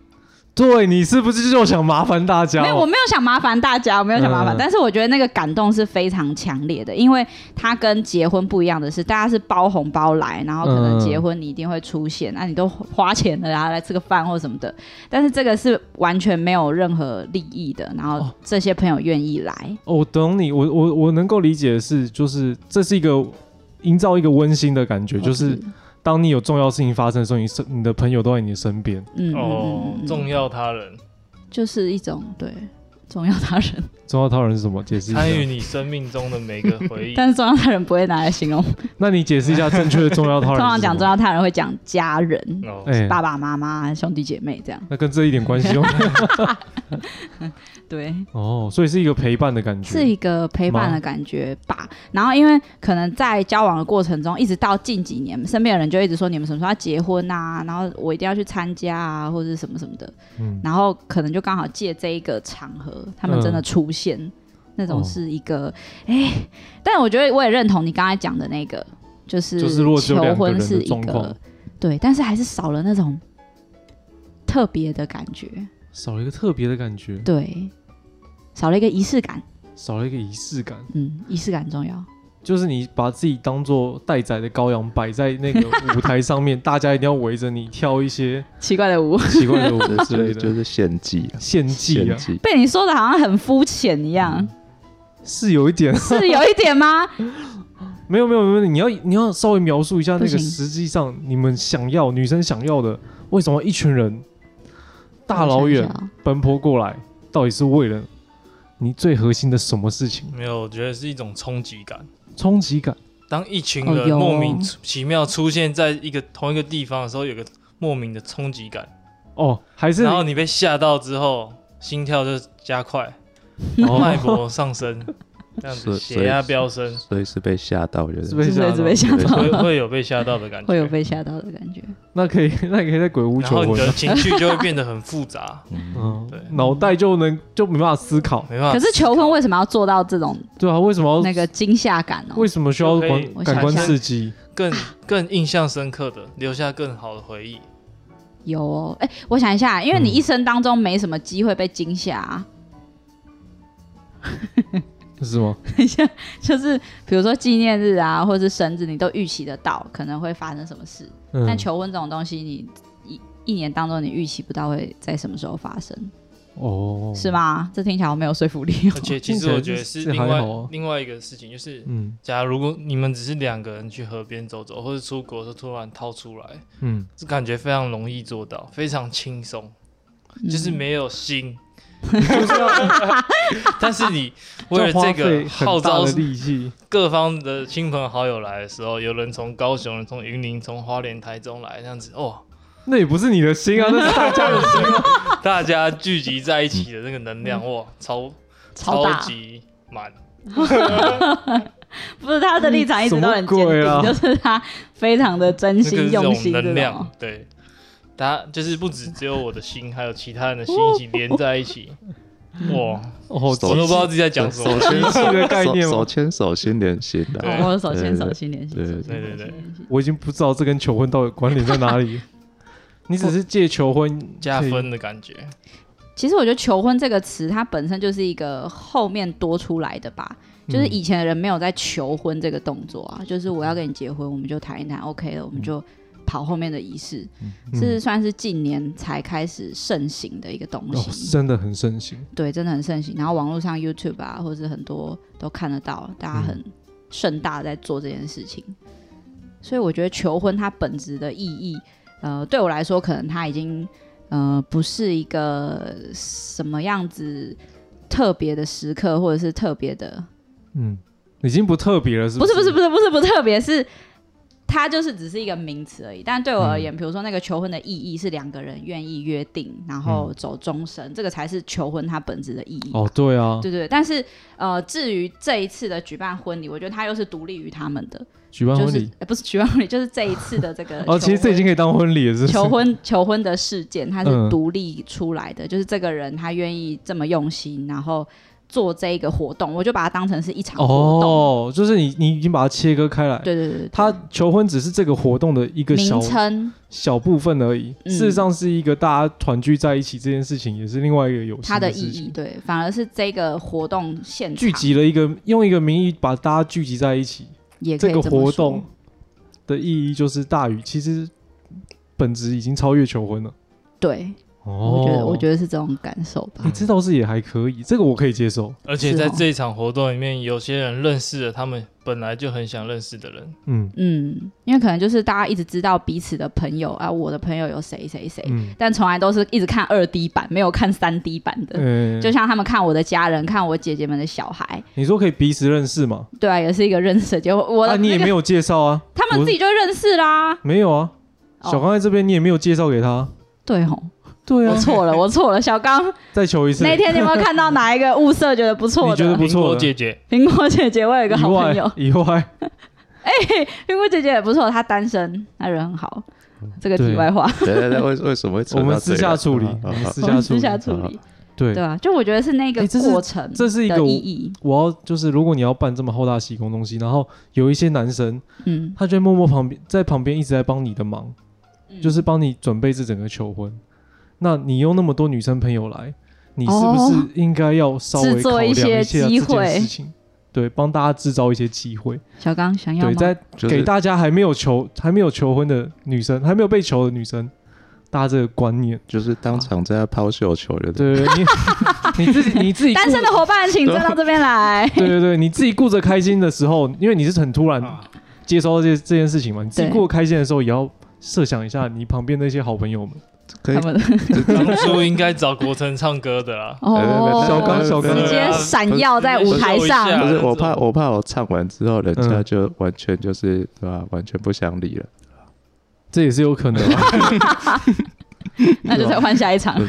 [SPEAKER 1] 对你是不是就想麻烦大家
[SPEAKER 3] 没有，我
[SPEAKER 1] 哦？
[SPEAKER 3] 没有想麻烦大家，我没有想麻烦，
[SPEAKER 1] 嗯
[SPEAKER 3] 但是我觉得那个感动是非常强烈的，因为它跟结婚不一样的是，大家是包红包来，然后可能
[SPEAKER 1] 嗯
[SPEAKER 3] 结婚你一定会出现，啊那、你都花钱了，然后来吃个饭或什么的，但是这个是完全没有任何利益的，然后
[SPEAKER 1] 哦
[SPEAKER 3] 这些朋友愿意来，
[SPEAKER 1] 哦我懂你，我我我能够理解的是，就是这是一个营造一个温馨的感
[SPEAKER 3] 哦
[SPEAKER 1] 觉，就是当你有重要事情发生的时候，你身你的朋友都在你的身边。
[SPEAKER 3] 嗯，嗯
[SPEAKER 4] 哦
[SPEAKER 3] 嗯嗯，嗯
[SPEAKER 4] 重要他人
[SPEAKER 3] 就是一种对重要他人，
[SPEAKER 1] 重要他人是什么？解释一下。
[SPEAKER 4] 参与你生命中的每个回忆。
[SPEAKER 3] 但是重要他人不会拿来形容，
[SPEAKER 1] 那你解释一下正确的重要他人
[SPEAKER 3] 通
[SPEAKER 1] 是什么？
[SPEAKER 3] 常讲重要他人会讲家人、
[SPEAKER 4] 哦，
[SPEAKER 1] 哎、
[SPEAKER 3] 爸爸妈妈、兄弟姐妹这样，
[SPEAKER 1] 那跟这一点关系 都没有。
[SPEAKER 3] 对。
[SPEAKER 1] 哦，所以是一个陪伴的感觉。
[SPEAKER 3] 是一个陪伴的感觉吧。然后因为可能在交往的过程中，一直到近几年，身边的人就一直说你们什么时候要结婚啊，然后我一定要去参加啊，或者是什么什么的。
[SPEAKER 1] 嗯，
[SPEAKER 3] 然后可能就刚好借这一个场合，他们真的出现，那
[SPEAKER 1] 哦
[SPEAKER 3] 种是一个哎、但我觉得我也认同你刚才讲的那个，就是
[SPEAKER 1] 就是如果只有两
[SPEAKER 3] 求
[SPEAKER 1] 个人
[SPEAKER 3] 婚
[SPEAKER 1] 的
[SPEAKER 3] 是一
[SPEAKER 1] 状况
[SPEAKER 3] 个对，但是还是少了那种特别的感觉，
[SPEAKER 1] 少了一个特别的感觉，
[SPEAKER 3] 对，少了一个仪式感。
[SPEAKER 1] 少了一个仪式感，
[SPEAKER 3] 嗯，仪式感很重要。
[SPEAKER 1] 就是你把自己当做待宰的羔羊，摆在那 个舞台上面，大家一定要围着你跳一些
[SPEAKER 3] 奇怪的舞，
[SPEAKER 1] 奇怪的舞
[SPEAKER 2] 就
[SPEAKER 1] 之
[SPEAKER 2] 是
[SPEAKER 1] 类
[SPEAKER 2] 就
[SPEAKER 1] 的
[SPEAKER 2] 是献祭啊，
[SPEAKER 1] 献祭
[SPEAKER 2] 献
[SPEAKER 1] 啊，
[SPEAKER 2] 祭。
[SPEAKER 3] 被你说的好像很肤浅一样，
[SPEAKER 1] 是有一点。
[SPEAKER 3] 是有一点吗？
[SPEAKER 1] 没有没有没有，你要你要稍微描述一下那
[SPEAKER 3] 不
[SPEAKER 1] 个
[SPEAKER 3] 行
[SPEAKER 1] 实际上你们想要女生想要的，为什么一群人大老远
[SPEAKER 3] 我想一下
[SPEAKER 1] 奔波过来，到底是为了你最核心的什么事情？
[SPEAKER 4] 没有，我觉得是一种冲击感。
[SPEAKER 1] 冲击感，
[SPEAKER 4] 当一群
[SPEAKER 3] 哦
[SPEAKER 4] 人
[SPEAKER 3] 有哦
[SPEAKER 4] 莫名其妙出现在一个同一个地方的时候，有个莫名的冲击感，
[SPEAKER 1] 哦，还是
[SPEAKER 4] 然后你被吓到之后，心跳就加快，
[SPEAKER 3] 哦
[SPEAKER 1] 哦
[SPEAKER 4] 脉搏上 升，这样子
[SPEAKER 2] 所
[SPEAKER 4] 血压飙升，
[SPEAKER 2] 所以是被吓到，觉
[SPEAKER 1] 是啊
[SPEAKER 2] 得
[SPEAKER 1] 被
[SPEAKER 3] 是不
[SPEAKER 1] 吓
[SPEAKER 3] 是
[SPEAKER 1] 到
[SPEAKER 3] 被吓
[SPEAKER 2] 对
[SPEAKER 3] 到
[SPEAKER 4] 会？会有被吓到的感觉，
[SPEAKER 3] 会有被吓到的感觉。
[SPEAKER 1] 那可以， 那可以在鬼屋
[SPEAKER 4] 然
[SPEAKER 1] 求
[SPEAKER 4] 后你
[SPEAKER 1] 婚
[SPEAKER 4] 的
[SPEAKER 1] 啊，
[SPEAKER 4] 情绪就会变得很复杂，
[SPEAKER 2] 嗯，
[SPEAKER 1] 嗯
[SPEAKER 4] 对，
[SPEAKER 1] 脑袋就能就没办法思考，
[SPEAKER 4] 没办法。
[SPEAKER 3] 可是求婚为什么要做到这种
[SPEAKER 1] 对啊，为什么
[SPEAKER 3] 那
[SPEAKER 1] 要
[SPEAKER 3] 个惊吓感哦呢、
[SPEAKER 1] 为什么需要
[SPEAKER 4] 就可以
[SPEAKER 1] 感
[SPEAKER 3] 我
[SPEAKER 1] 感
[SPEAKER 3] 想
[SPEAKER 1] 官
[SPEAKER 3] 象
[SPEAKER 1] 刺激？
[SPEAKER 4] 更更印象深刻的，留下更好的回忆。
[SPEAKER 3] 有哦，哎、我想一下，因为你
[SPEAKER 1] 嗯
[SPEAKER 3] 一生当中没什么机会被惊吓、啊，
[SPEAKER 1] 是吗？
[SPEAKER 3] 就是比如说纪念日啊，或者是生日，你都预期得到可能会发生什么事。
[SPEAKER 1] 嗯
[SPEAKER 3] 但求婚这种东西，你一一年当中你预期不到会在什么时候发生。
[SPEAKER 1] 哦，
[SPEAKER 3] 是？吗？这听起来我没有说服力哦、
[SPEAKER 4] 而且其
[SPEAKER 1] 听起
[SPEAKER 4] 实
[SPEAKER 1] 来
[SPEAKER 4] 我觉得是
[SPEAKER 1] 是
[SPEAKER 4] 另
[SPEAKER 1] 还
[SPEAKER 4] 外
[SPEAKER 1] 好啊
[SPEAKER 4] 另外一个事情，就是
[SPEAKER 1] 嗯
[SPEAKER 4] 假如果你们只是两个人去河边走走，或者出国的时候突然掏出来，
[SPEAKER 1] 嗯，
[SPEAKER 4] 这感觉非常容易做到，非常轻松，
[SPEAKER 3] 嗯
[SPEAKER 4] 就是没有心。
[SPEAKER 1] 就是要
[SPEAKER 4] 但是你为了
[SPEAKER 1] 要花
[SPEAKER 4] 这
[SPEAKER 1] 费
[SPEAKER 4] 个号
[SPEAKER 1] 很大
[SPEAKER 4] 召
[SPEAKER 1] 的力气，
[SPEAKER 4] 各方的亲朋好友来的时候，有人从高雄，有人从云林，从花莲、台中来，这样子哦，
[SPEAKER 1] 那也不是你的心 啊，那是大家的心啊。
[SPEAKER 4] 大家聚集在一起的那个能量，哇，超
[SPEAKER 3] 嗯超大
[SPEAKER 4] 级满。
[SPEAKER 3] 不是他的立场一直都很坚
[SPEAKER 1] 什么鬼啊
[SPEAKER 3] 定，就是他非常的真
[SPEAKER 4] 这个
[SPEAKER 3] 心
[SPEAKER 4] 是这
[SPEAKER 3] 用心这
[SPEAKER 4] 种能
[SPEAKER 3] 种 哦
[SPEAKER 4] 量，对，大家就是不止只有我的心，还有其他人的心一起连在 一起，哇，
[SPEAKER 1] 哦，
[SPEAKER 2] 手
[SPEAKER 4] 我都不知道自己在讲什么
[SPEAKER 2] 手。牵手
[SPEAKER 1] 机器的概念吗
[SPEAKER 2] 手手牵手心连心的啊
[SPEAKER 4] 对
[SPEAKER 3] 哦，我手牵手心连心，
[SPEAKER 2] 对
[SPEAKER 3] 手牵手
[SPEAKER 4] 对对
[SPEAKER 3] 心
[SPEAKER 4] 对
[SPEAKER 3] 连心
[SPEAKER 1] 我已经不知道这跟求婚到底关联在哪 里。你只是借求婚
[SPEAKER 4] 加
[SPEAKER 1] 可以
[SPEAKER 4] 分的感觉，
[SPEAKER 3] 其实我觉得“求婚”这个词，它本身就是一个后面多出来的吧。
[SPEAKER 4] 嗯
[SPEAKER 3] 就是
[SPEAKER 1] 嗯
[SPEAKER 3] 以前的人没有在求婚这个动作啊，就是我要跟你结婚，我们就谈一谈，OK 了，我们
[SPEAKER 4] 嗯
[SPEAKER 3] 就跑后面的仪式，
[SPEAKER 1] 嗯
[SPEAKER 3] 是算是近年才开始盛行的一个东
[SPEAKER 1] 哦，
[SPEAKER 3] 西。
[SPEAKER 1] 真的很盛行。
[SPEAKER 3] 对，真的很盛行。然后网络上 YouTube 啊，或者很多都看得到，大家很盛大地在做这件事情。所以我觉得求婚它本质的意义，呃，对我来说，可能它已经呃不是一个什么样子特别的时刻，或者是特别的，
[SPEAKER 1] 嗯，已经不特别了，是
[SPEAKER 3] 不
[SPEAKER 1] 是是，
[SPEAKER 3] 是不是不是不是不特别是。它就是只是一个名词而已，但对我而言，比如说那个求婚的意义是两个人愿意约定，然后走终身，这个才是求婚它本质的意义吧。
[SPEAKER 1] 哦，对啊，
[SPEAKER 3] 对对，但是呃，至于这一次的举办婚礼，我觉得它又是独立于他们的，
[SPEAKER 1] 举办
[SPEAKER 3] 就
[SPEAKER 1] 婚
[SPEAKER 3] 是
[SPEAKER 1] 礼。
[SPEAKER 3] 呃不是 举办婚礼，就是这一次的这个
[SPEAKER 1] 哦，其实这已经可以当婚礼了，是不是？
[SPEAKER 3] 求婚求婚的事件，它
[SPEAKER 1] 嗯
[SPEAKER 3] 是独立出来的，就是这个人他愿意这么用心，然后做这一个活动，我就把它当成是一场活动。
[SPEAKER 1] 哦，就是你你已经把它切割开来，
[SPEAKER 3] 对对对对，
[SPEAKER 1] 它求婚只是这个活动的一个小
[SPEAKER 3] 名称
[SPEAKER 1] 小部分而已，
[SPEAKER 3] 嗯
[SPEAKER 1] 事实上是一个大家团聚在一起这件事情，也是另外一个有
[SPEAKER 3] 它
[SPEAKER 1] 心
[SPEAKER 3] 的意
[SPEAKER 1] 事
[SPEAKER 3] 义，
[SPEAKER 1] 情。
[SPEAKER 3] 对，反而是这个活动现场
[SPEAKER 1] 聚集了一个用一个名义把大家聚集在一起，
[SPEAKER 3] 也可
[SPEAKER 1] 这
[SPEAKER 3] 以
[SPEAKER 1] 个
[SPEAKER 3] 么
[SPEAKER 1] 活
[SPEAKER 3] 说
[SPEAKER 1] 动的意义就是大于其实本质已经超越求婚了。
[SPEAKER 3] 对，
[SPEAKER 1] 哦，
[SPEAKER 3] 我觉得我
[SPEAKER 1] 得
[SPEAKER 3] 觉得是这种感受吧。
[SPEAKER 1] 你这倒是也还可以，这个我可以接受。
[SPEAKER 4] 而且
[SPEAKER 2] 哦
[SPEAKER 4] 在这场活动里面，有些人认识了他们本来就很想认识的人，
[SPEAKER 1] 嗯
[SPEAKER 3] 嗯，因为可能就是大家一直知道彼此的朋友啊，我的朋友有谁谁谁，
[SPEAKER 1] 嗯，
[SPEAKER 3] 但从来都是一直看二 D 版，没有看三 D 版的。
[SPEAKER 1] 呃
[SPEAKER 3] 就像他们看我的家人，看我姐姐们的小孩，
[SPEAKER 1] 你说可以彼此认识嘛？
[SPEAKER 3] 对啊，也是一个认识的结果。我的、
[SPEAKER 1] 啊，你也
[SPEAKER 3] 那个
[SPEAKER 1] 没有介绍 啊，
[SPEAKER 3] 他们自己就认识啦。
[SPEAKER 1] 没有啊。
[SPEAKER 3] 哦
[SPEAKER 1] 小刚在这边你也没有介绍给他，
[SPEAKER 3] 对吼，
[SPEAKER 1] 对
[SPEAKER 3] 我
[SPEAKER 1] 啊，
[SPEAKER 3] 错 了，我错了。小刚
[SPEAKER 1] 再求一次。
[SPEAKER 3] 那天你有没有看到哪一个物色觉得不错
[SPEAKER 1] 你觉得
[SPEAKER 3] 的？
[SPEAKER 1] 不
[SPEAKER 4] 苹
[SPEAKER 1] 错
[SPEAKER 4] 果
[SPEAKER 1] 的
[SPEAKER 4] 姐姐，
[SPEAKER 3] 苹果姐姐，我有一个
[SPEAKER 1] 意
[SPEAKER 3] 好朋友
[SPEAKER 1] 外，意外，
[SPEAKER 3] 苹果姐姐也不错，她单身，她人很好。这个题
[SPEAKER 1] 对
[SPEAKER 3] 外话，
[SPEAKER 2] 对对对，为为什么会扯
[SPEAKER 1] 我
[SPEAKER 2] 到
[SPEAKER 1] 们
[SPEAKER 2] 这
[SPEAKER 1] 私
[SPEAKER 2] 个
[SPEAKER 1] 下处理，
[SPEAKER 2] 好好
[SPEAKER 1] 我们
[SPEAKER 2] 好
[SPEAKER 1] 私
[SPEAKER 3] 我
[SPEAKER 1] 下
[SPEAKER 3] 们
[SPEAKER 1] 处
[SPEAKER 3] 私
[SPEAKER 1] 理，
[SPEAKER 3] 下处理，
[SPEAKER 1] 对
[SPEAKER 3] 对。啊，就我觉得是那个
[SPEAKER 1] 哎这是
[SPEAKER 3] 过程，
[SPEAKER 1] 这是一个
[SPEAKER 3] 的
[SPEAKER 1] 我
[SPEAKER 3] 意义。
[SPEAKER 1] 我要就是，如果你要办这么浩大喜功东西，然后有一些男生，
[SPEAKER 3] 嗯，
[SPEAKER 1] 他就会默默旁边在旁边一直在帮你的忙，就是帮你准备这整个求婚。那你有那么多女生朋友来，你是不
[SPEAKER 3] 哦
[SPEAKER 1] 是应该要稍微
[SPEAKER 3] 制
[SPEAKER 1] 考
[SPEAKER 3] 作
[SPEAKER 1] 量
[SPEAKER 3] 一些
[SPEAKER 1] 一下
[SPEAKER 3] 机
[SPEAKER 1] 这件
[SPEAKER 3] 会
[SPEAKER 1] 事情？对，帮大家制造一些机会，
[SPEAKER 3] 小刚想要
[SPEAKER 1] 对，
[SPEAKER 3] 吗？
[SPEAKER 1] 在
[SPEAKER 2] 就是
[SPEAKER 1] 给大家还没有求、还没有求婚的女生，还没有被求的女生，大家这个观念，
[SPEAKER 2] 就是当场在抛绣球的，
[SPEAKER 1] 啊对你你 自己你自己顾
[SPEAKER 3] 单身的伙伴，请站到这边来。
[SPEAKER 1] 对对对，你自己顾着开心的时候，因为你是很突然
[SPEAKER 4] 啊
[SPEAKER 1] 接收到这这件事情嘛，你自己
[SPEAKER 3] 对
[SPEAKER 1] 过开心的时候，也要设想一下你旁边那些好朋友们。
[SPEAKER 2] 可以
[SPEAKER 3] 他们。
[SPEAKER 4] 当初应该找国成唱歌的啦
[SPEAKER 2] 哦
[SPEAKER 1] 小刚小刚
[SPEAKER 3] 直接闪耀在舞台
[SPEAKER 4] 对
[SPEAKER 3] 上
[SPEAKER 4] 啊
[SPEAKER 2] 不。是我
[SPEAKER 4] 这种
[SPEAKER 2] 怕，我怕我唱完之后，人家
[SPEAKER 1] 嗯
[SPEAKER 2] 就完全就是对吧？完全不想理了。
[SPEAKER 1] 这也是有可能、 啊，
[SPEAKER 3] 那就再换下一场。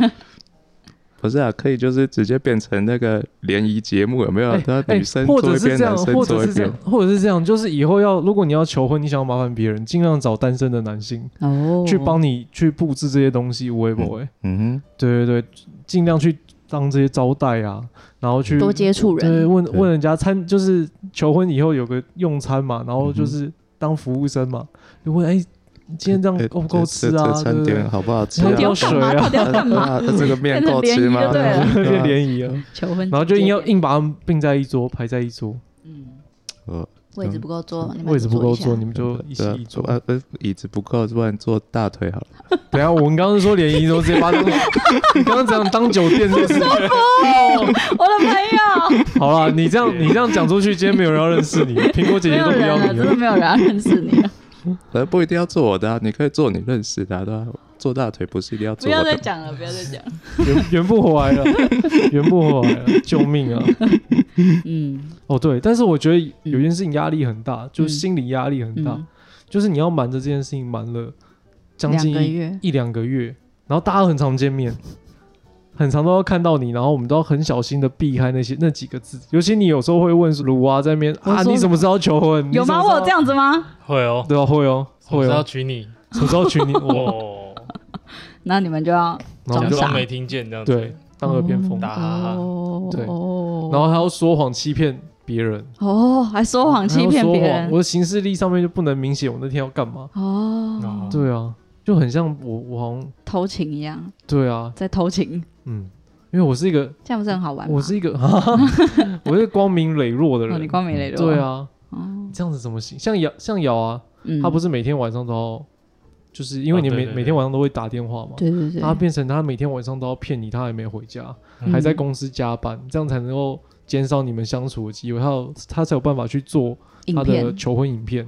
[SPEAKER 2] 不是啊，可以就是直接变成那个联谊节目，有没有？然后
[SPEAKER 1] 哎
[SPEAKER 2] 啊女生
[SPEAKER 1] 或
[SPEAKER 2] 坐
[SPEAKER 1] 者
[SPEAKER 2] 一
[SPEAKER 1] 是
[SPEAKER 2] 边，
[SPEAKER 1] 这样，
[SPEAKER 2] 男生
[SPEAKER 1] 或者
[SPEAKER 2] 坐一
[SPEAKER 1] 是这样
[SPEAKER 2] 边。，
[SPEAKER 1] 或者是这样，就是以后要，如果你要求婚，你想要麻烦别人，尽量找单身的男性、
[SPEAKER 3] 哦
[SPEAKER 1] 去帮你去布置这些东西，无微不微。
[SPEAKER 2] 嗯
[SPEAKER 1] 对对对，尽量去当这些招待啊，然后去
[SPEAKER 3] 多接触
[SPEAKER 1] 对，
[SPEAKER 3] 人。
[SPEAKER 1] 问
[SPEAKER 2] 对
[SPEAKER 1] 问人家餐，就是求婚以后有个用餐
[SPEAKER 2] 嗯
[SPEAKER 1] 嘛，然后就是当服务生嘛，就问哎、今天这
[SPEAKER 2] 哼，
[SPEAKER 1] 样够不够吃
[SPEAKER 2] 哎这
[SPEAKER 1] 啊？
[SPEAKER 2] 这
[SPEAKER 1] 对
[SPEAKER 2] 餐
[SPEAKER 1] 不对
[SPEAKER 2] 点？好不好吃
[SPEAKER 1] 对
[SPEAKER 2] 啊？
[SPEAKER 1] 到底要
[SPEAKER 3] 干
[SPEAKER 1] 水
[SPEAKER 3] 嘛？
[SPEAKER 1] 啊
[SPEAKER 3] 到底要干嘛？
[SPEAKER 2] 啊这个面够吃吗？
[SPEAKER 3] 变成联谊
[SPEAKER 2] 对
[SPEAKER 1] 变
[SPEAKER 2] 啊
[SPEAKER 3] 嗯
[SPEAKER 1] 联谊了，
[SPEAKER 3] 求婚，
[SPEAKER 1] 然后就硬要。硬把他们并在一桌，排在一桌。
[SPEAKER 3] 嗯，
[SPEAKER 2] 哦
[SPEAKER 3] 位置不够坐，你们
[SPEAKER 1] 位置不够坐，
[SPEAKER 3] 坐
[SPEAKER 1] 你，们就一起
[SPEAKER 2] 对啊
[SPEAKER 1] 一桌。
[SPEAKER 2] 啊，呃，椅子不够，不然坐大腿好了。
[SPEAKER 1] 等一下，我们刚刚说联谊，怎么直接把你刚刚讲当酒店是不是？
[SPEAKER 3] 我的朋友，
[SPEAKER 1] 好啦，你这样你这样讲出去，今天没有人要认识你，苹果姐
[SPEAKER 3] 没
[SPEAKER 1] 姐
[SPEAKER 3] 有
[SPEAKER 1] 都不
[SPEAKER 3] 人
[SPEAKER 1] 要
[SPEAKER 3] 了，
[SPEAKER 1] 你
[SPEAKER 3] 真
[SPEAKER 1] 了。
[SPEAKER 3] 的没有人要认识你了，
[SPEAKER 2] 反正呃不一定要坐我的、啊，你可以坐你认识的、啊，对吧、坐大腿不是一定要
[SPEAKER 3] 不
[SPEAKER 2] 坐
[SPEAKER 3] 要
[SPEAKER 2] 我
[SPEAKER 3] 再
[SPEAKER 2] 的。
[SPEAKER 3] 讲了，不要再讲了，
[SPEAKER 1] 圆圆不回来了，圆不回来了，救命啊！
[SPEAKER 3] 嗯
[SPEAKER 1] 哦，对，但是我觉得有件事情压力很大，就是心理压力很大，
[SPEAKER 3] 嗯，
[SPEAKER 1] 就是你要瞒着这件事情瞒了将
[SPEAKER 3] 两
[SPEAKER 1] 近
[SPEAKER 3] 个
[SPEAKER 1] 一
[SPEAKER 3] 月，
[SPEAKER 1] 一两个月，然后大家很常见面，很常都要看到你，然后我们都要很小心的避开那些那几个字。尤其你有时候会问鲁啊在那边
[SPEAKER 3] 我
[SPEAKER 1] 啊，
[SPEAKER 3] 说
[SPEAKER 1] 你怎么知道求婚？
[SPEAKER 3] 有吗？
[SPEAKER 1] 你怎么知道
[SPEAKER 3] 我有这？样子吗？
[SPEAKER 4] 会哦，
[SPEAKER 1] 对啊，会哦，
[SPEAKER 4] 我
[SPEAKER 1] 会
[SPEAKER 4] 是要
[SPEAKER 1] 哦，
[SPEAKER 4] 娶你
[SPEAKER 1] 什么时候娶你？我，
[SPEAKER 4] 哦，
[SPEAKER 3] 那你们就要
[SPEAKER 1] 然后我
[SPEAKER 4] 假
[SPEAKER 1] 们就
[SPEAKER 3] 装
[SPEAKER 4] 装没听见这样子。
[SPEAKER 1] 对当耳
[SPEAKER 3] 嗯
[SPEAKER 1] 边风，
[SPEAKER 4] 打哈哈
[SPEAKER 3] 哦
[SPEAKER 1] 对
[SPEAKER 3] 哦
[SPEAKER 1] 然后还要说谎欺骗别人，
[SPEAKER 3] 哦，还说谎欺
[SPEAKER 1] 还要
[SPEAKER 3] 骗
[SPEAKER 1] 说
[SPEAKER 3] 别
[SPEAKER 1] 谎
[SPEAKER 3] 人
[SPEAKER 1] 我，的行事历上面就不能明写我那天要干嘛。
[SPEAKER 3] 哦
[SPEAKER 4] 哦，
[SPEAKER 1] 对啊，就很像我，我好像
[SPEAKER 3] 偷情一样，
[SPEAKER 1] 对啊，
[SPEAKER 3] 在偷情，
[SPEAKER 1] 嗯，因为我是一个，
[SPEAKER 3] 这样不是很好玩吗？
[SPEAKER 1] 我是一个， 我是光明磊落的
[SPEAKER 3] 哦，
[SPEAKER 1] 人。
[SPEAKER 3] 你光明磊落，
[SPEAKER 1] 对，啊，
[SPEAKER 3] 哦，
[SPEAKER 1] 这样子怎么行？像瑶，像瑶啊，
[SPEAKER 3] 嗯，
[SPEAKER 1] 她不
[SPEAKER 3] 是，
[SPEAKER 1] 是每天晚上都要，就是因为
[SPEAKER 4] 哦
[SPEAKER 1] 你
[SPEAKER 4] 对
[SPEAKER 1] 每
[SPEAKER 4] 对
[SPEAKER 1] 每天晚上都会打电话嘛，
[SPEAKER 3] 对对对，
[SPEAKER 1] 她变成她每天晚上都要骗你，她还没回家，
[SPEAKER 3] 嗯
[SPEAKER 1] 还在公司加班，这样才能够减少你们相处的机会，还有她才有办法去做
[SPEAKER 3] 影
[SPEAKER 1] 她的
[SPEAKER 3] 片，
[SPEAKER 1] 求婚影片。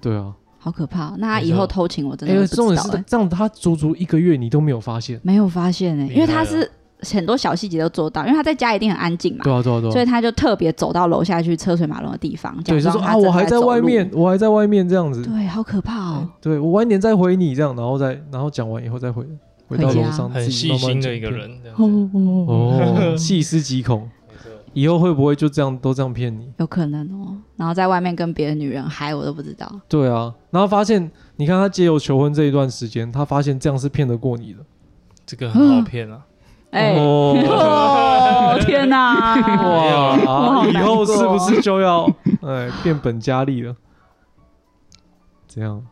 [SPEAKER 1] 对啊，
[SPEAKER 3] 好可怕哦。那他
[SPEAKER 4] 没
[SPEAKER 3] 以
[SPEAKER 4] 错
[SPEAKER 3] 后偷情，我真
[SPEAKER 1] 哎
[SPEAKER 3] 的会，
[SPEAKER 1] 重
[SPEAKER 3] 不知
[SPEAKER 1] 点
[SPEAKER 3] 道
[SPEAKER 1] 是
[SPEAKER 3] 哎，
[SPEAKER 1] 这样，她足足一个月你都没有发现。
[SPEAKER 3] 没有发现哎，
[SPEAKER 1] 啊
[SPEAKER 4] 害
[SPEAKER 3] 因为他是很多小细节都做到，因为他在家一定很安静嘛
[SPEAKER 1] 对。啊，对啊，对啊。
[SPEAKER 3] 所以他就特别走到楼下去车水马龙的地方，假
[SPEAKER 1] 对，就
[SPEAKER 3] 装
[SPEAKER 1] 说
[SPEAKER 3] 他
[SPEAKER 1] 啊，
[SPEAKER 3] 正
[SPEAKER 1] 我还
[SPEAKER 3] 在
[SPEAKER 1] 在
[SPEAKER 3] 走
[SPEAKER 1] 外
[SPEAKER 3] 路
[SPEAKER 1] 面，我还在外面这样子。
[SPEAKER 3] 对，好可怕哦！
[SPEAKER 1] 对，我晚点再回你这样，然后再然后讲完以后再回哎回
[SPEAKER 3] 回
[SPEAKER 1] 到楼
[SPEAKER 3] 家
[SPEAKER 1] 上，
[SPEAKER 4] 很
[SPEAKER 1] 自己
[SPEAKER 4] 细
[SPEAKER 1] 慢慢
[SPEAKER 4] 心的
[SPEAKER 1] 剪
[SPEAKER 4] 一个
[SPEAKER 1] 片。
[SPEAKER 4] 人，这样子
[SPEAKER 3] 哦哦哦，
[SPEAKER 1] 哦，细思极恐，以后会不会就这样都这样骗你？
[SPEAKER 3] 有可能哦。然后在外面跟别的女人嗨，我都不知道。
[SPEAKER 1] 对啊，然后发现你看他借由求婚这一段时间，他发现这样是骗得过你的。
[SPEAKER 4] 这个很好骗啊。
[SPEAKER 3] 哎、
[SPEAKER 1] 哦，
[SPEAKER 3] 哦，天哪！
[SPEAKER 1] 哇，
[SPEAKER 3] 好
[SPEAKER 1] 以
[SPEAKER 3] 难
[SPEAKER 1] 后
[SPEAKER 3] 过
[SPEAKER 1] 是不是就要 哎变本加厉了？这样，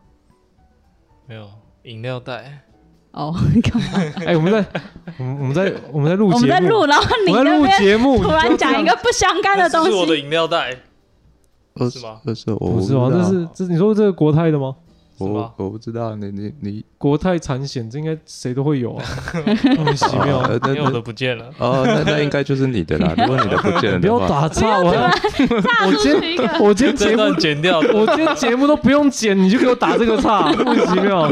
[SPEAKER 4] 没有饮料袋，
[SPEAKER 3] 哦，干嘛？
[SPEAKER 1] 哎，我们在我们我们在我们在录
[SPEAKER 3] 我
[SPEAKER 1] 节
[SPEAKER 3] 们在
[SPEAKER 1] 目
[SPEAKER 3] 录，，然后你
[SPEAKER 1] 我们在
[SPEAKER 3] 那
[SPEAKER 1] 录
[SPEAKER 3] 边
[SPEAKER 1] 节目，
[SPEAKER 3] 突
[SPEAKER 1] 你
[SPEAKER 3] 然
[SPEAKER 1] 就这
[SPEAKER 3] 讲
[SPEAKER 1] 样
[SPEAKER 3] 一个不相干的
[SPEAKER 4] 这
[SPEAKER 3] 东
[SPEAKER 4] 是我的
[SPEAKER 3] 西，
[SPEAKER 4] 饮料袋，
[SPEAKER 2] 呃
[SPEAKER 4] 是吗
[SPEAKER 2] 呃是我
[SPEAKER 1] 不
[SPEAKER 2] 不
[SPEAKER 1] 是
[SPEAKER 2] 知
[SPEAKER 1] 吗
[SPEAKER 2] 道，？
[SPEAKER 1] 这是这你说这个国泰的吗？
[SPEAKER 4] 是吗
[SPEAKER 2] 我我不知道，你你你
[SPEAKER 1] 国泰产险这应该谁都会有 啊，莫名其妙。
[SPEAKER 2] 哦那
[SPEAKER 4] 因为我
[SPEAKER 2] 那
[SPEAKER 4] 的不见了。
[SPEAKER 2] 哦，那那应该就是你的啦。 如果你的不见
[SPEAKER 3] 啊
[SPEAKER 2] 了
[SPEAKER 1] 不
[SPEAKER 2] 的
[SPEAKER 1] 要
[SPEAKER 2] 话，
[SPEAKER 1] 打岔，我要
[SPEAKER 3] 炸
[SPEAKER 1] 我
[SPEAKER 3] 出
[SPEAKER 1] 今
[SPEAKER 3] 去一个。
[SPEAKER 1] 我今天
[SPEAKER 4] 这
[SPEAKER 1] 节目
[SPEAKER 4] 段剪掉，
[SPEAKER 1] 我今天节目都不用剪，你就给我打这个岔，莫名其 妙。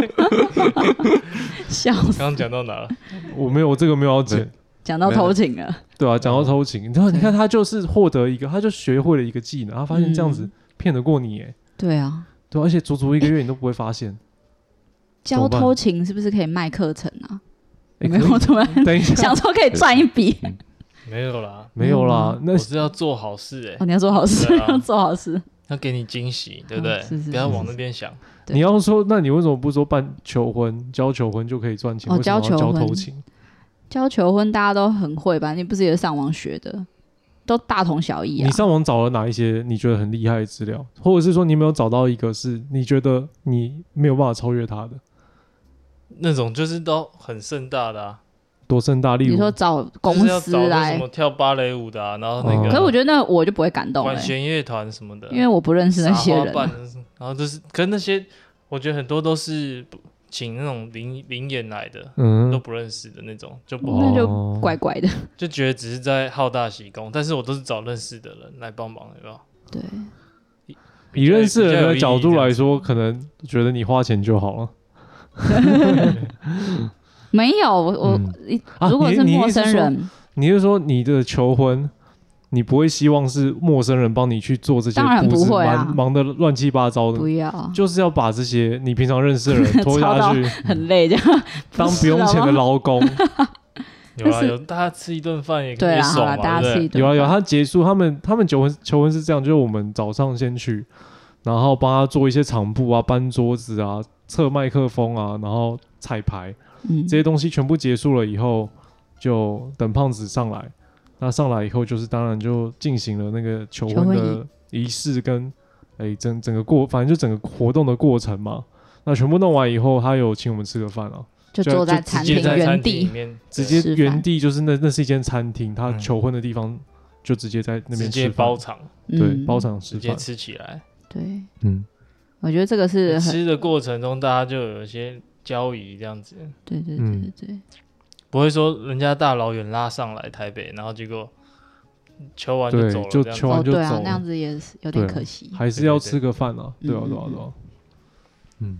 [SPEAKER 3] 笑死，
[SPEAKER 4] 刚刚讲到哪 了？
[SPEAKER 1] 我没有，我这个没有要剪，
[SPEAKER 3] 讲到偷情了，
[SPEAKER 1] 对啊，
[SPEAKER 2] 哦
[SPEAKER 1] 讲到偷情，你看，你看他就是获得一个，他就学会了一个技能，他发现这样子
[SPEAKER 3] 嗯
[SPEAKER 1] 骗得过你，哎，
[SPEAKER 3] 对啊，
[SPEAKER 1] 对啊，而且足足一个月你都不会发 现。怎
[SPEAKER 3] 教
[SPEAKER 1] 么办
[SPEAKER 3] 偷情是不是可以卖课程啊？
[SPEAKER 1] 哎
[SPEAKER 3] 有没有，我突然
[SPEAKER 1] 可以等一下，
[SPEAKER 3] 想说可以赚一笔？
[SPEAKER 4] 没有啦，
[SPEAKER 1] 没有
[SPEAKER 3] 嗯
[SPEAKER 1] 啦，那
[SPEAKER 4] 我是要做好事哎、
[SPEAKER 3] 呃哦，你要做好事
[SPEAKER 4] 对，啊
[SPEAKER 3] 要做好事。
[SPEAKER 4] 要给你惊喜，对不对？
[SPEAKER 3] 哦是是
[SPEAKER 4] 不要
[SPEAKER 3] 是
[SPEAKER 4] 往
[SPEAKER 3] 是
[SPEAKER 4] 那边想。
[SPEAKER 3] 对
[SPEAKER 1] 你要说，那你为什么不说办求婚、交求婚就可以赚钱？
[SPEAKER 3] 哦
[SPEAKER 1] 为什么要
[SPEAKER 3] 交求
[SPEAKER 1] 交
[SPEAKER 3] 婚
[SPEAKER 1] 偷情？
[SPEAKER 3] 教求婚大家都很会吧？你不是也上网学的，都大同小异啊
[SPEAKER 1] 你。上网找了哪一些你觉得很厉害的资料，或者是说你有没有找到一个是你觉得你没有办法超越它的？
[SPEAKER 4] 那种就是都很盛大的啊，
[SPEAKER 1] 多盛大，例
[SPEAKER 3] 你
[SPEAKER 1] 如
[SPEAKER 3] 说找公
[SPEAKER 4] 就是要
[SPEAKER 3] 司
[SPEAKER 4] 找那
[SPEAKER 3] 来
[SPEAKER 4] 什么，跳芭蕾舞的、啊，然后那
[SPEAKER 1] 哦
[SPEAKER 4] 个
[SPEAKER 3] 可是我觉得那我就不会感动
[SPEAKER 4] 管
[SPEAKER 3] 了，
[SPEAKER 4] 弦乐团什么的，
[SPEAKER 3] 因为我不认识那些
[SPEAKER 4] 撒花
[SPEAKER 3] 人
[SPEAKER 4] 瓣
[SPEAKER 3] 啊。
[SPEAKER 4] 然后就是跟那些，我觉得很多都是请那种零零演来的，都
[SPEAKER 1] 嗯，
[SPEAKER 4] 不认识的那种，就不
[SPEAKER 3] 那就
[SPEAKER 1] 哦
[SPEAKER 3] 怪怪的。
[SPEAKER 4] 就觉得只是在好大喜功，但是我都是找认识的人来帮忙，有没有？
[SPEAKER 3] 对，
[SPEAKER 1] 以认识人的角度来
[SPEAKER 4] 说，
[SPEAKER 1] 说，可能觉得你花钱就好了
[SPEAKER 3] 没有我我
[SPEAKER 1] 嗯
[SPEAKER 3] 一
[SPEAKER 1] 啊。
[SPEAKER 3] 如果
[SPEAKER 1] 你
[SPEAKER 3] 是
[SPEAKER 1] 你
[SPEAKER 3] 陌
[SPEAKER 1] 意思
[SPEAKER 3] 生
[SPEAKER 1] 说，
[SPEAKER 3] 人，
[SPEAKER 1] 你是说你的求婚，你不会希望是陌生人帮你去做这些
[SPEAKER 3] 当然
[SPEAKER 1] 布置，
[SPEAKER 3] 不会啊
[SPEAKER 1] 忙忙的乱七八糟
[SPEAKER 3] 不
[SPEAKER 1] 的，
[SPEAKER 3] 要，
[SPEAKER 1] 就是要把这些你平常认识的 人拖
[SPEAKER 3] 操
[SPEAKER 1] 下
[SPEAKER 3] 到
[SPEAKER 1] 去，
[SPEAKER 3] 很累这样。
[SPEAKER 1] 当
[SPEAKER 3] 不
[SPEAKER 1] 不
[SPEAKER 3] 是
[SPEAKER 1] 用
[SPEAKER 3] 好
[SPEAKER 1] 钱的
[SPEAKER 3] 吗
[SPEAKER 1] 劳工。
[SPEAKER 4] 有啊
[SPEAKER 3] 但是
[SPEAKER 4] 有，大家吃一顿饭 也
[SPEAKER 3] 对
[SPEAKER 4] 可以
[SPEAKER 3] 啦，好
[SPEAKER 4] 爽
[SPEAKER 3] 啦，
[SPEAKER 4] 嘛，
[SPEAKER 3] 大家
[SPEAKER 4] 对
[SPEAKER 3] 吃
[SPEAKER 4] 不
[SPEAKER 3] 一顿
[SPEAKER 4] 对？
[SPEAKER 1] 有啊
[SPEAKER 3] 饭。
[SPEAKER 1] 有啊，他结束他们他们求婚求婚是这样，就是我们早上先去，然后帮他做一些场布啊、搬桌子啊、测麦克风啊，然后彩排
[SPEAKER 3] 嗯
[SPEAKER 1] 这，些东西全部结束了以后，就等胖子上来。那上来以后，就是当然就进行了那个求
[SPEAKER 3] 求
[SPEAKER 1] 婚
[SPEAKER 3] 婚
[SPEAKER 1] 的仪式跟哎整整个过，反正就整个活动的过程嘛。那全部弄完以后，他有请我们吃个饭啊，
[SPEAKER 3] 就
[SPEAKER 1] 就
[SPEAKER 3] 坐在
[SPEAKER 1] 就直
[SPEAKER 3] 餐
[SPEAKER 1] 接
[SPEAKER 3] 厅
[SPEAKER 4] 在
[SPEAKER 3] 原
[SPEAKER 4] 餐厅里
[SPEAKER 3] 地，
[SPEAKER 4] 面
[SPEAKER 1] 直接
[SPEAKER 3] 吃饭
[SPEAKER 1] 原地就是那那是一间餐厅，他
[SPEAKER 4] 嗯
[SPEAKER 1] 求婚的地方就直接在那
[SPEAKER 4] 直
[SPEAKER 1] 边
[SPEAKER 4] 接
[SPEAKER 1] 吃
[SPEAKER 4] 包
[SPEAKER 1] 饭，
[SPEAKER 4] 场，
[SPEAKER 1] 对，
[SPEAKER 3] 嗯
[SPEAKER 1] 包场吃
[SPEAKER 4] 直接
[SPEAKER 1] 饭，
[SPEAKER 4] 吃起来。
[SPEAKER 3] 对，
[SPEAKER 2] 嗯，
[SPEAKER 3] 我觉得这个是很
[SPEAKER 4] 吃的过程中，大家就有一些交易，这样子
[SPEAKER 3] 对对对
[SPEAKER 1] 嗯
[SPEAKER 3] 对对，
[SPEAKER 4] 不会说人家大老远拉上来台北，然后结果求完就
[SPEAKER 1] 对
[SPEAKER 4] 走了，
[SPEAKER 1] 就
[SPEAKER 4] 这样
[SPEAKER 1] 求完
[SPEAKER 3] 哦
[SPEAKER 1] 就
[SPEAKER 3] 对啊
[SPEAKER 1] 走，
[SPEAKER 3] 那样子也是有点
[SPEAKER 1] 对啊
[SPEAKER 3] 可惜。
[SPEAKER 1] 还是
[SPEAKER 4] 对
[SPEAKER 1] 要
[SPEAKER 4] 对对
[SPEAKER 1] 吃个饭啊，对啊，对啊，
[SPEAKER 3] 嗯嗯
[SPEAKER 1] 对啊。
[SPEAKER 2] 嗯，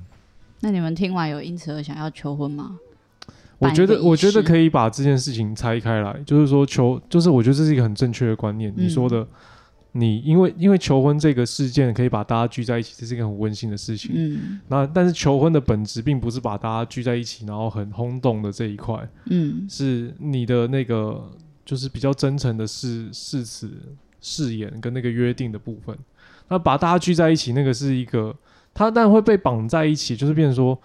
[SPEAKER 3] 那你们听完有因此而想要求婚吗？
[SPEAKER 1] 我觉
[SPEAKER 3] 嗯办
[SPEAKER 1] 得，
[SPEAKER 3] 一个仪
[SPEAKER 1] 我觉得
[SPEAKER 3] 式
[SPEAKER 1] 可以把这件事情拆开来，就是说求，就是我觉得这是一个很正确的观念。
[SPEAKER 3] 嗯
[SPEAKER 1] 你说的，你因为因为求婚这个事件可以把大家聚在一起，这是一个很温馨的事情。
[SPEAKER 3] 嗯
[SPEAKER 1] 那但是求婚的本质并不是把大家聚在一起，然后很轰动的这一块，
[SPEAKER 3] 嗯
[SPEAKER 1] 是你的那个就是比较真诚的誓誓词、誓言跟那个约定的部分。那把大家聚在一起，那个是一个，它但会被绑在一起，就是变成说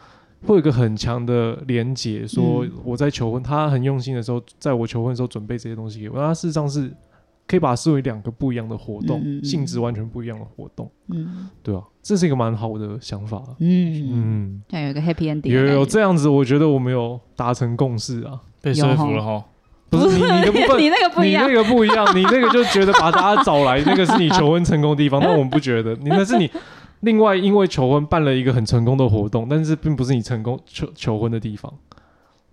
[SPEAKER 1] 会有一个很强的连结，说
[SPEAKER 3] 嗯
[SPEAKER 1] 我在求婚，他很用心的时候，在我求婚的时候准备这些东西给我，那事实上是可以把它视为两个不一样的活动，
[SPEAKER 3] 嗯嗯嗯
[SPEAKER 1] 性质完全不一样的活动，
[SPEAKER 3] 嗯
[SPEAKER 1] 对啊，这是一个蛮好的想法啊、
[SPEAKER 3] 嗯，
[SPEAKER 1] 嗯。
[SPEAKER 3] 这样有一个 happy ending 的
[SPEAKER 1] 有有有
[SPEAKER 3] 感觉
[SPEAKER 1] 这样子，我觉得我们有达成共识啊。
[SPEAKER 4] 被
[SPEAKER 3] 有
[SPEAKER 4] 说
[SPEAKER 3] 吼
[SPEAKER 4] 服了哈。
[SPEAKER 1] 不是你你的部分，
[SPEAKER 3] 你那个不一
[SPEAKER 1] 你
[SPEAKER 3] 样
[SPEAKER 1] 那，个不一样，你那个就觉得把大家找来，那个是你求婚成功的地方，但我们不觉得，你那是你另外因为求婚办了一个很成功的活动，但是并不是你成功求求婚的地方。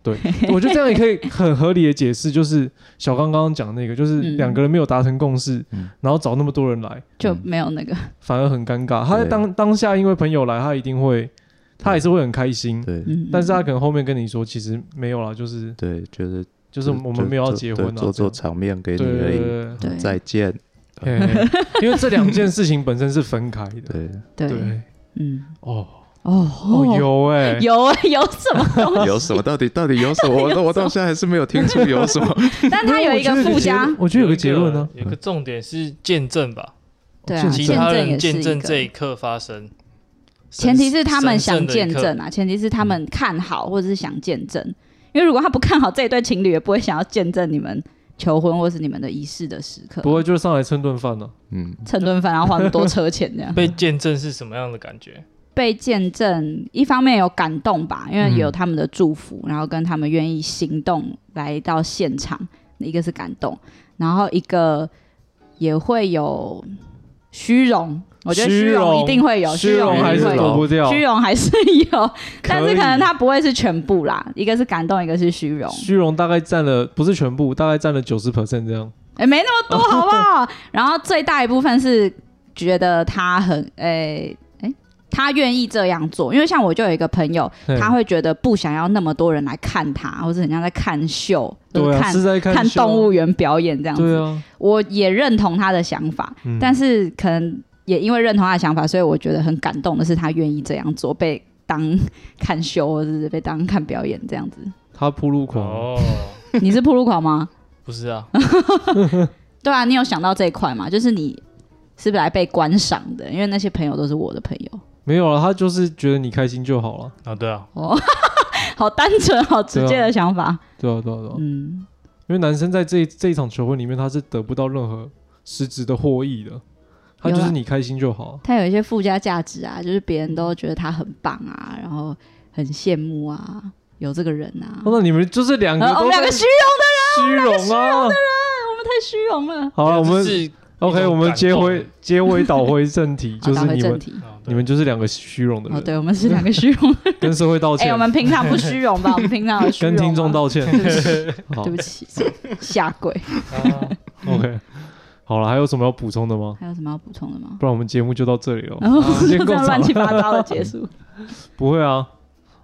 [SPEAKER 1] 对，我觉得这样也可以很合理的解释，就是小刚刚刚讲那个，就是
[SPEAKER 3] 嗯
[SPEAKER 1] 两个人没有达成共识，
[SPEAKER 2] 嗯
[SPEAKER 1] 然后找那么多人来，
[SPEAKER 3] 就没有那个
[SPEAKER 1] 反而很尴尬。他在
[SPEAKER 2] 对
[SPEAKER 1] 当当下因为朋友来，他一定会，他还是会很开心，
[SPEAKER 2] 对
[SPEAKER 3] 嗯，
[SPEAKER 1] 但是他可能后面跟你说，其实没有啦，就是
[SPEAKER 2] 对，就是
[SPEAKER 1] 就是我们没有要结婚啊，
[SPEAKER 2] 做
[SPEAKER 1] 这样
[SPEAKER 2] 做场面给你
[SPEAKER 1] 对
[SPEAKER 2] 而
[SPEAKER 1] 对
[SPEAKER 2] 已。
[SPEAKER 1] 对
[SPEAKER 3] 对
[SPEAKER 2] 再见，
[SPEAKER 1] 对嘿嘿因为这两件事情本身是分开的。
[SPEAKER 2] 对，
[SPEAKER 3] 对，嗯
[SPEAKER 1] 哦
[SPEAKER 3] 哦
[SPEAKER 1] 哦，有哎，
[SPEAKER 3] 有啊有什么东西？
[SPEAKER 2] 有什么？到底到底有 什么？我我到现在还是没有听出有什么。
[SPEAKER 3] 但
[SPEAKER 1] 没
[SPEAKER 3] 它有一个附加，
[SPEAKER 1] 我觉得有个结论啊呢，
[SPEAKER 4] 有一个重点是见证吧，
[SPEAKER 3] 对啊，
[SPEAKER 1] 见
[SPEAKER 4] 其
[SPEAKER 1] 证
[SPEAKER 4] 他
[SPEAKER 3] 也
[SPEAKER 4] 人
[SPEAKER 3] 是
[SPEAKER 4] 见证
[SPEAKER 3] 一
[SPEAKER 4] 这一
[SPEAKER 3] 个。
[SPEAKER 4] 刻发生。
[SPEAKER 3] 前提是他们
[SPEAKER 4] 神
[SPEAKER 3] 想
[SPEAKER 4] 圣的一
[SPEAKER 3] 见
[SPEAKER 4] 刻嗯
[SPEAKER 3] 证啊，前提是他们看好或者是想见证，因为如果他不看好这一对情侣，也不会想要见证你们求婚或是你们的仪式的时刻。
[SPEAKER 1] 不会就是上来蹭顿饭呢，
[SPEAKER 2] 嗯，
[SPEAKER 3] 蹭顿饭，然后花那么多车钱 这样。
[SPEAKER 4] 被见证是什么样的感觉？
[SPEAKER 3] 被见证，一方面有感动吧，因为
[SPEAKER 1] 嗯
[SPEAKER 3] 有他们的祝福，然后跟他们愿意行动来到现场，一个是感动，然后一个也会有虚荣，我觉得
[SPEAKER 1] 虚
[SPEAKER 3] 虚荣
[SPEAKER 1] 荣
[SPEAKER 3] 一定会有，
[SPEAKER 1] 虚
[SPEAKER 3] 荣
[SPEAKER 1] 荣
[SPEAKER 3] 一
[SPEAKER 1] 还
[SPEAKER 3] 定
[SPEAKER 1] 是
[SPEAKER 3] 会有
[SPEAKER 1] 躲不掉，
[SPEAKER 3] 虚荣还是有，但是可能
[SPEAKER 1] 以
[SPEAKER 3] 它不会是全部啦，一个是感动，一个是虚荣，
[SPEAKER 1] 虚荣大概占了不是全部，大概占了九十 percent 这样。
[SPEAKER 3] 哎、没那么多，好 不好？然后最大一部分是觉得他很，哎、哎、他愿意这样做，因为像我就有一个朋友，
[SPEAKER 1] 嘿
[SPEAKER 3] 他会觉得不想要那么多人来看他，或者很像在看秀，或
[SPEAKER 1] 对
[SPEAKER 3] 者
[SPEAKER 1] 啊，
[SPEAKER 3] 看
[SPEAKER 1] 是在
[SPEAKER 3] 看
[SPEAKER 1] 秀啊
[SPEAKER 3] 动物园表演这样
[SPEAKER 1] 对
[SPEAKER 3] 子。
[SPEAKER 1] 啊，
[SPEAKER 3] 我也认同他的想法，
[SPEAKER 1] 嗯
[SPEAKER 3] 但是可能也因为认同他的想法，所以我觉得很感动的是他愿意这样做，被当看秀或者是被当看表演这样 子。
[SPEAKER 1] 他铺路狂，
[SPEAKER 4] 哦，
[SPEAKER 3] 你是铺路狂吗？
[SPEAKER 4] 不是啊，
[SPEAKER 3] 对啊，你有想到这一块吗？就是你是不是来被观赏的？因为那些朋友都是我的朋友，
[SPEAKER 1] 没有了，他就是觉得你开心就好了。
[SPEAKER 4] 啊对啊，
[SPEAKER 3] 哦 好单纯、好直接的想法。
[SPEAKER 1] 对啊，对啊，对啊，
[SPEAKER 3] 嗯，
[SPEAKER 1] 因为男生在这这一场求婚里面，他是得不到任何实质的获益的，他就
[SPEAKER 3] 有啊
[SPEAKER 1] 是你开心就好。
[SPEAKER 3] 他有一些附加价值啊，就是别人都觉得他很棒啊，然后很羡慕啊，有这个人啊。呃
[SPEAKER 1] 哦那你们就是两个
[SPEAKER 3] 然后我
[SPEAKER 1] 都
[SPEAKER 3] 们两
[SPEAKER 1] 在
[SPEAKER 3] 个虚荣，
[SPEAKER 1] 虚荣啊！
[SPEAKER 3] 我们太虚荣了。
[SPEAKER 1] 好啊了，我
[SPEAKER 4] 啊这
[SPEAKER 1] 们
[SPEAKER 4] 是
[SPEAKER 1] OK，我们
[SPEAKER 4] 感
[SPEAKER 1] 接
[SPEAKER 4] 动
[SPEAKER 1] 回接回导回正题，
[SPEAKER 3] 好，
[SPEAKER 1] 就是
[SPEAKER 3] 打回
[SPEAKER 1] 你
[SPEAKER 3] 正
[SPEAKER 1] 们
[SPEAKER 3] 题。
[SPEAKER 4] 啊对
[SPEAKER 1] 你们就是两个虚荣的
[SPEAKER 3] 哦，
[SPEAKER 1] 人，
[SPEAKER 3] 对，我们是两个 虚荣。
[SPEAKER 1] 跟社会道
[SPEAKER 3] 哎，我
[SPEAKER 1] 歉，
[SPEAKER 3] 们平常不虚荣吧？我们平常有虚荣
[SPEAKER 1] 跟
[SPEAKER 3] 吗
[SPEAKER 1] 听众，道歉。
[SPEAKER 3] 对不起，
[SPEAKER 1] 好
[SPEAKER 3] 对不起，下跪。
[SPEAKER 4] 啊
[SPEAKER 1] ，OK，好了，还有什么要补充的吗？
[SPEAKER 3] 还有什么要补充的 吗？
[SPEAKER 1] 不然我们节目就到这里了。
[SPEAKER 3] 然后就
[SPEAKER 1] 今天啊
[SPEAKER 3] 这
[SPEAKER 1] 够
[SPEAKER 3] 样
[SPEAKER 1] 长
[SPEAKER 3] 乱
[SPEAKER 1] 了
[SPEAKER 3] 七八糟的 结束。
[SPEAKER 1] 不会啊，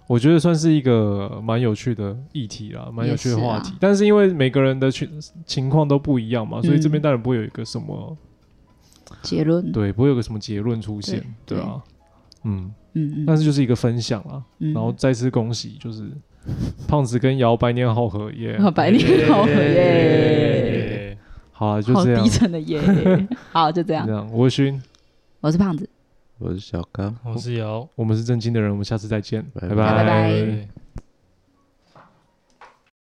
[SPEAKER 1] 我觉得算是一个蛮有趣的议题啦，蛮有趣的话
[SPEAKER 3] 也
[SPEAKER 1] 题
[SPEAKER 3] 是啊。
[SPEAKER 1] 但是因为每个人的情情况都不一样嘛，所以
[SPEAKER 3] 嗯
[SPEAKER 1] 这边当然不会有一个什么
[SPEAKER 3] 结论，
[SPEAKER 1] 对，不会有个什么结论出现，
[SPEAKER 3] 对
[SPEAKER 1] 对啊，嗯，
[SPEAKER 3] 嗯
[SPEAKER 1] 但是就是一个分享啦。
[SPEAKER 3] 嗯，
[SPEAKER 1] 然后再次恭喜，就是胖子跟姚百年好合 耶。
[SPEAKER 3] 然后哦白领 好耶，
[SPEAKER 4] 耶
[SPEAKER 1] 好了，就
[SPEAKER 3] 好
[SPEAKER 1] 这样
[SPEAKER 3] 低，啊沉的耶，好就这样
[SPEAKER 1] 这。样。我是勋，
[SPEAKER 3] 我是胖子。
[SPEAKER 2] 我是小刚。
[SPEAKER 4] 我是姚，
[SPEAKER 1] 我们是正经的人，我们下次再见，
[SPEAKER 2] 拜
[SPEAKER 1] 拜
[SPEAKER 2] 拜
[SPEAKER 3] 拜
[SPEAKER 4] 对